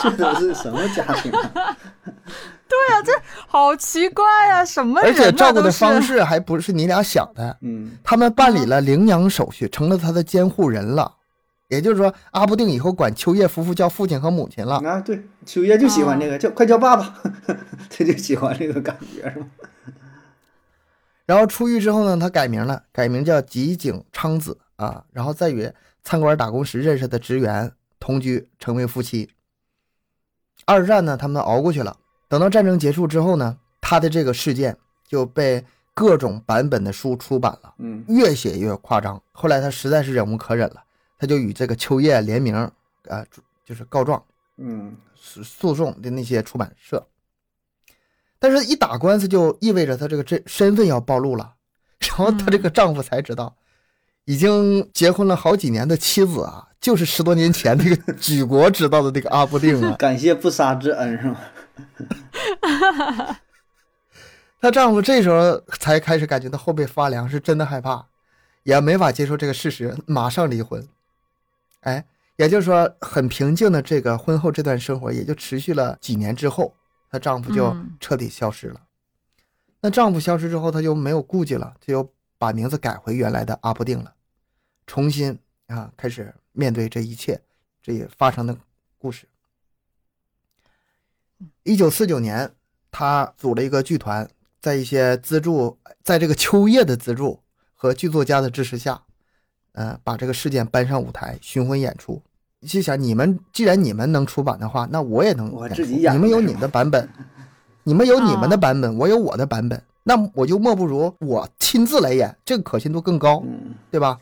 [SPEAKER 3] 这都是什么家庭啊？
[SPEAKER 2] 好奇怪呀、什么
[SPEAKER 1] 而
[SPEAKER 2] 人、啊、
[SPEAKER 1] 且照顾的
[SPEAKER 2] 都
[SPEAKER 1] 方
[SPEAKER 2] 是
[SPEAKER 1] 式还不是你俩想的。
[SPEAKER 3] 嗯，
[SPEAKER 1] 他们办理了领养手续，成了他的监护人了。也就是说，阿部定以后管秋叶夫妇叫父亲和母亲了。
[SPEAKER 3] 啊，对，秋叶就喜欢这个，叫快叫爸 爸，他就喜欢这个感觉是吧？
[SPEAKER 1] 然后出狱之后呢，他改名了，改名叫吉井昌子啊。然后再与餐馆打工时认识的职员同居，成为夫妻。二战呢，他们熬过去了。等到战争结束之后呢，他的这个事件就被各种版本的书出版了，
[SPEAKER 3] 嗯
[SPEAKER 1] 越写越夸张。后来他实在是忍无可忍了，他就与这个秋叶联名，呃，就是告状。
[SPEAKER 3] 嗯，
[SPEAKER 1] 诉诉讼的那些出版社。但是，一打官司就意味着他这个身身份要暴露了，然后她这个丈夫才知道，已经结婚了好几年的妻子啊，就是十多年前那个举国知道的那个阿布定啊。
[SPEAKER 3] 感谢不杀之恩是吧？
[SPEAKER 1] 她丈夫这时候才开始感觉到后背发凉，是真的害怕，也没法接受这个事实，马上离婚。哎，也就是说，很平静的这个婚后这段生活也就持续了几年之后，她丈夫就
[SPEAKER 2] 嗯
[SPEAKER 1] 彻底消失了。那丈夫消失之后，她就没有顾忌了，就把名字改回原来的阿布定了，重新啊开始面对这一切这也发生的故事。一九四九年，她组了一个剧团，在一些资助，在这个秋叶的资助和剧作家的支持下，呃，把这个事件搬上舞台，巡回演出。就想你们既然你们能出版的话，那我也能
[SPEAKER 3] 我
[SPEAKER 1] 演出
[SPEAKER 3] 自己演
[SPEAKER 1] 你们有
[SPEAKER 3] 呗
[SPEAKER 1] 你的版本， 你们有你们的版本，我有我的版本，那我就莫不如我亲自来演，这个可信度更高。
[SPEAKER 3] 嗯
[SPEAKER 1] 对吧？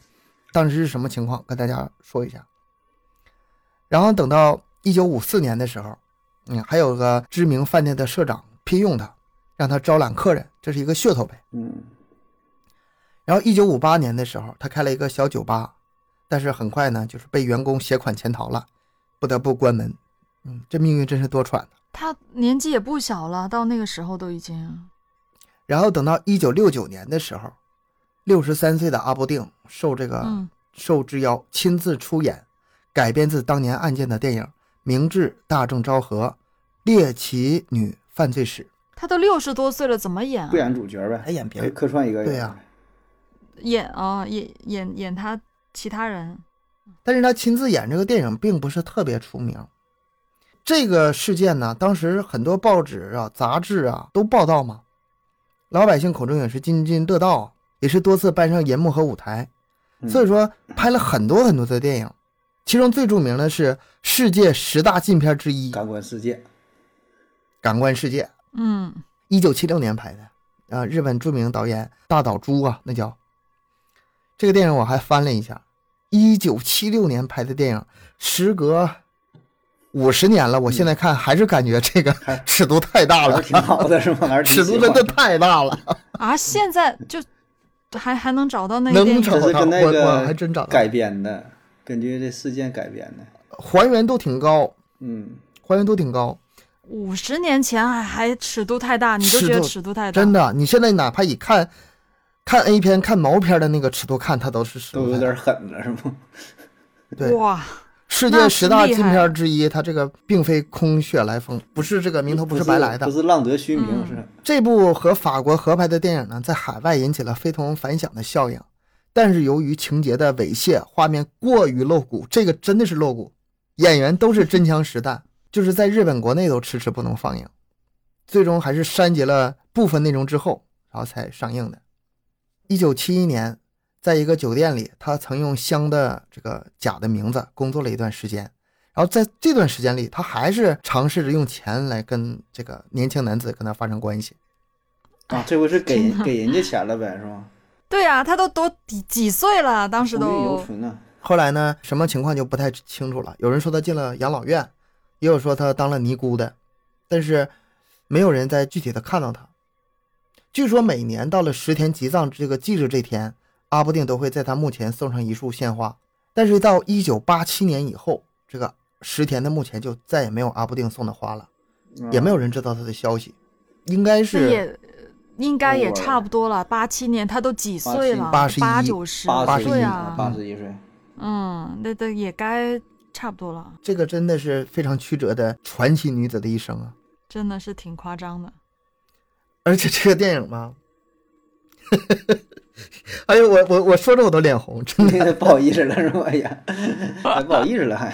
[SPEAKER 1] 当时是什么情况，跟大家说一下。然后等到一九五四年的时候，嗯，还有个知名饭店的社长聘用他，让他招揽客人，这是一个噱头呗。
[SPEAKER 3] 嗯
[SPEAKER 1] 然后一九五八年的时候，他开了一个小酒吧，但是很快呢，就是被员工携款潜逃了，不得不关门。嗯，这命运真是多舛。
[SPEAKER 2] 他年纪也不小了，到那个时候都已经，
[SPEAKER 1] 啊然后等到一九六九年的时候，六十三岁的阿布定受这个
[SPEAKER 2] 嗯
[SPEAKER 1] 受之邀亲自出演改编自当年案件的电影《明治大众昭和猎奇女犯罪史
[SPEAKER 2] 他都六十多岁了，怎么演、啊
[SPEAKER 3] 不？演主角》，
[SPEAKER 1] 来
[SPEAKER 3] 呗，
[SPEAKER 1] 演别
[SPEAKER 3] 客
[SPEAKER 1] 人。
[SPEAKER 3] 客串一个
[SPEAKER 1] 哎对呀
[SPEAKER 2] 演啊、演演演他其他人。
[SPEAKER 1] 但是他亲自演这个电影并不是特别出名。这个事件呢，当时很多报纸啊、杂志啊都报道嘛，老百姓口中也是津津乐道啊，也是多次搬上银幕和舞台。
[SPEAKER 3] 嗯
[SPEAKER 1] 所以说拍了很多很多的电影，其中最著名的是世界十大禁片之一《
[SPEAKER 3] 感官世界，
[SPEAKER 1] 感官世界》，
[SPEAKER 2] 嗯
[SPEAKER 1] 一九七六年拍的，啊，日本著名导演大岛渚啊，那叫。这个电影我还翻了一下，一九七六年拍的电影，时隔五十年了，我现在看还是感觉 这个
[SPEAKER 3] 还
[SPEAKER 1] 尺度太大
[SPEAKER 3] 嗯还
[SPEAKER 1] 了
[SPEAKER 3] 是，挺好的是吧？还是
[SPEAKER 1] 尺
[SPEAKER 3] 挺
[SPEAKER 1] 度
[SPEAKER 3] 喜
[SPEAKER 1] 真
[SPEAKER 3] 欢
[SPEAKER 1] 的太大了，
[SPEAKER 2] 啊，现在就还还能找到那个电
[SPEAKER 1] 能
[SPEAKER 2] 影
[SPEAKER 1] 找
[SPEAKER 3] 这是
[SPEAKER 1] 到
[SPEAKER 3] 跟那
[SPEAKER 1] 我
[SPEAKER 3] 个
[SPEAKER 1] 我还真找到，
[SPEAKER 3] 改编的，根据这事件改编的。
[SPEAKER 1] 还原度挺高，
[SPEAKER 3] 嗯，
[SPEAKER 1] 还原度挺高。
[SPEAKER 2] 五十年前还还尺度太大，你就
[SPEAKER 1] 尺
[SPEAKER 2] 觉得
[SPEAKER 1] 度
[SPEAKER 2] 尺度太大，
[SPEAKER 1] 真的，你现在哪怕以看看 A 片、看毛片的那个尺度看，它都是尺
[SPEAKER 3] 都
[SPEAKER 1] 度
[SPEAKER 3] 有
[SPEAKER 1] 太大。
[SPEAKER 3] 点狠了是吗？
[SPEAKER 1] 对
[SPEAKER 2] 哇，
[SPEAKER 1] 世
[SPEAKER 2] 那
[SPEAKER 1] 界
[SPEAKER 2] 是
[SPEAKER 1] 十大
[SPEAKER 2] 厉
[SPEAKER 1] 禁
[SPEAKER 2] 害
[SPEAKER 1] 片之一，它这个并非空穴来风，不是这个名头不
[SPEAKER 3] 是
[SPEAKER 1] 是白来的
[SPEAKER 3] 不。是浪得虚名，
[SPEAKER 2] 嗯
[SPEAKER 3] 是
[SPEAKER 1] 这部和法国合拍的电影呢，在海外引起了非同凡响的效应，但是由于情节的猥亵，画面过于露骨，这个真的是露骨，演员都是真枪实弹，就是在日本国内都迟迟不能放映，最终还是删节了部分内容之后，然后才上映的。一九七一年，在一个酒店里，他曾用香的这个假的名字工作了一段时间。然后在这段时间里，他还是尝试着用钱来跟这个年轻男子跟他发生关系。
[SPEAKER 3] 啊，这回是给人给人家钱了呗，是吧？
[SPEAKER 2] 对啊，他都都几几岁了，当时
[SPEAKER 3] 无欲
[SPEAKER 2] 都
[SPEAKER 3] 犹存啊，
[SPEAKER 1] 后来呢，什么情况就不太清楚了。有人说他进了养老院，也有说他当了尼姑的，但是没有人在具体的看到他。据说每年到了十田吉藏这个忌日这天，阿部定都会在他墓前送上一束鲜花。但是到一九八七年以后，这个石田的墓前就再也没有阿部定送的花了，
[SPEAKER 3] 啊
[SPEAKER 1] 也没有人知道他的消息。应该
[SPEAKER 2] 这
[SPEAKER 1] 是
[SPEAKER 2] 也应该也差不多了。八七年他都几岁了？
[SPEAKER 1] 八七
[SPEAKER 2] 八
[SPEAKER 1] 81
[SPEAKER 2] 九十
[SPEAKER 3] 八
[SPEAKER 1] 81
[SPEAKER 3] 十
[SPEAKER 2] 岁
[SPEAKER 3] 一
[SPEAKER 2] 啊，
[SPEAKER 3] 八十一岁，
[SPEAKER 2] 嗯，那那也该差不多了，
[SPEAKER 1] 这个真的是非常曲折的传奇女子的一生啊！
[SPEAKER 2] 真的是挺夸张的。
[SPEAKER 1] 而且这个电影吧， 哎呦，我我我说着我都脸红，真的。
[SPEAKER 3] 不好意思了是吧？哎呀，还不好意思了还。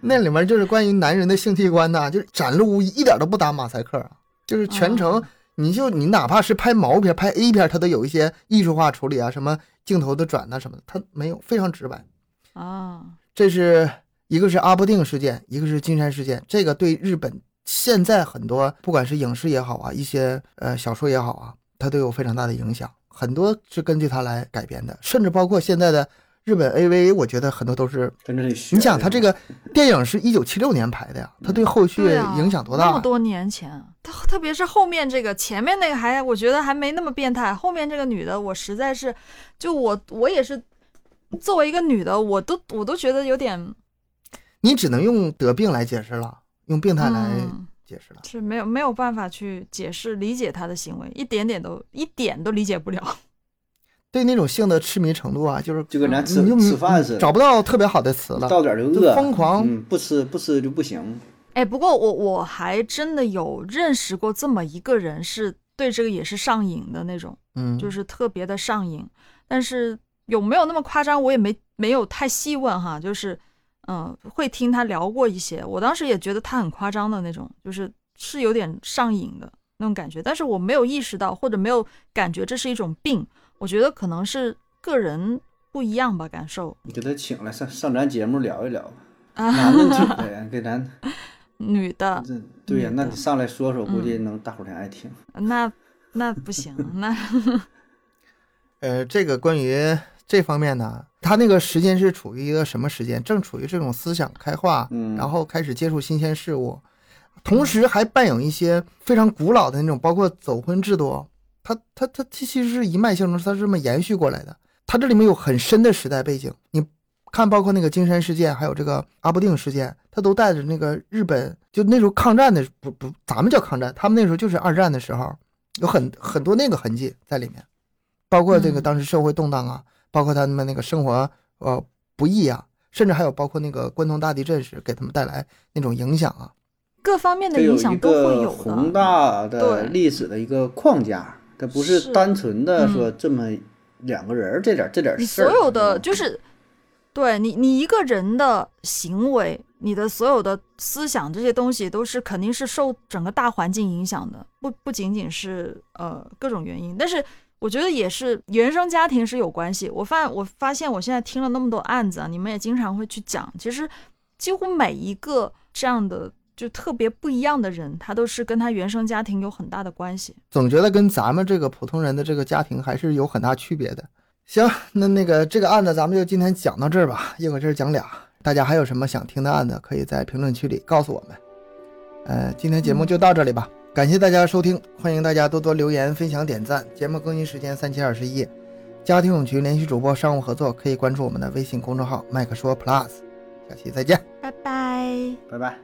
[SPEAKER 1] 那里面就是关于男人的性器官呐、就是展露无遗，一点都不打马赛克啊，就是全程你就你哪怕是拍毛片、拍 A 片，它都有一些艺术化处理啊，什么镜头的转呐、什么的，它没有，非常直白。
[SPEAKER 2] 啊，
[SPEAKER 1] 这是一个是阿部定事件，一个是金山事件，这个对日本现在很多不管是影视也好啊，一些呃小说也好啊，它都有非常大的影响，很多是根据它来改编的，甚至包括现在的日本 AV，我觉得很多都是
[SPEAKER 3] 跟这里学。
[SPEAKER 1] 你想，他这个电影是一九七六年拍的呀，他对后续
[SPEAKER 2] 对啊，
[SPEAKER 1] 影响多大
[SPEAKER 2] 那
[SPEAKER 1] 呀、
[SPEAKER 2] 么多年前，他特别是后面这个，前面那个还我觉得还没那么变态，后面这个女的，我实在是，就我我也是，作为一个女的，我都我都觉得有点，
[SPEAKER 1] 你只能用得病来解释了，用病态来
[SPEAKER 2] 嗯，
[SPEAKER 1] 解释了。
[SPEAKER 2] 是没有没有办法去解释理解她的行为，一点点都一点都理解不了。
[SPEAKER 1] 对那种性的痴迷程度啊，就是
[SPEAKER 3] 就跟咱吃
[SPEAKER 1] 你就
[SPEAKER 3] 吃饭似的，
[SPEAKER 1] 找不到特别好的词了，
[SPEAKER 3] 啊到点儿就
[SPEAKER 1] 就
[SPEAKER 3] 饿，
[SPEAKER 1] 疯狂
[SPEAKER 3] 嗯，不吃不吃就不行。
[SPEAKER 2] 哎，不过我我还真的有认识过这么一个人，是对这个也是上瘾的那种，
[SPEAKER 1] 嗯，
[SPEAKER 2] 就是特别的上瘾。但是有没有那么夸张，我也没没有太细问哈。就是，嗯、会听他聊过一些，我当时也觉得他很夸张的那种，就是是有点上瘾的那种感觉。但是我没有意识到，或者没有感觉这是一种病，我觉得可能是个人不一样吧，感受。
[SPEAKER 3] 你给他请来上上咱节目聊一聊吧，
[SPEAKER 2] 啊
[SPEAKER 3] 男的女 的呀，给咱
[SPEAKER 2] 女的，
[SPEAKER 3] 这对呀，
[SPEAKER 2] 女
[SPEAKER 3] 那
[SPEAKER 2] 的
[SPEAKER 3] 你上来说说，
[SPEAKER 2] 嗯
[SPEAKER 3] 估计能大伙儿挺爱听。
[SPEAKER 2] 那那不 行，那
[SPEAKER 1] 呃，这个关于这方面呢，他那个时间是处于一个什么时间？正处于这种思想开化，
[SPEAKER 3] 嗯
[SPEAKER 1] 然后开始接触新鲜事物，同时还伴有一些非常古老的那种，包括走婚制度，它它它其实是一脉相承，它是这么延续过来的。它这里面有很深的时代背景，你看，包括那个金山事件，还有这个阿部定事件，它都带着那个日本就那时候抗战的不不，咱们叫抗战，他们那时候就是二战的时候，有很很多那个痕迹在里面，包括这个
[SPEAKER 2] 嗯
[SPEAKER 1] 当时社会动荡啊，包括他们那个生活呃不易啊，甚至还有包括那个关东大地震时给他们带来那种影响啊，
[SPEAKER 2] 各方面的
[SPEAKER 3] 这有
[SPEAKER 2] 影
[SPEAKER 3] 一
[SPEAKER 2] 响都会
[SPEAKER 3] 个
[SPEAKER 2] 有的。
[SPEAKER 3] 宏大的
[SPEAKER 2] 对
[SPEAKER 3] 历史的一个框架，它不是
[SPEAKER 2] 是
[SPEAKER 3] 单纯的
[SPEAKER 2] 嗯
[SPEAKER 3] 说这么两个人儿这点儿这点儿
[SPEAKER 2] 你
[SPEAKER 3] 事
[SPEAKER 2] 所
[SPEAKER 3] 儿。
[SPEAKER 2] 有的
[SPEAKER 3] 嗯
[SPEAKER 2] 就是，对你你一个人的行为，你的所有的思想这些东西，都是肯定是受整个大环境影响的，不不仅仅是呃各种原因，但是。我觉得也是原生家庭是有关系。我发我发现我现在听了那么多案子啊，你们也经常会去讲，其实几乎每一个这样的就特别不一样的人，他都是跟他原生家庭有很大的关系。
[SPEAKER 1] 总觉得跟咱们这个普通人的这个家庭还是有很大区别的。行，那那个这个案子咱们就今天讲到这儿吧，一会儿这儿讲俩。大家还有什么想听的案子，可以在评论区里告诉我们。呃，今天节目就到这里吧，感谢大家收听，欢迎大家多多留言、分享、点赞。节目更新时间三七二十一，家庭泳群连续主播商务合作，可以关注我们的微信公众号“麦
[SPEAKER 3] 嗯
[SPEAKER 1] 克说 Plus”。下期再见。
[SPEAKER 2] 拜拜。
[SPEAKER 3] 拜拜。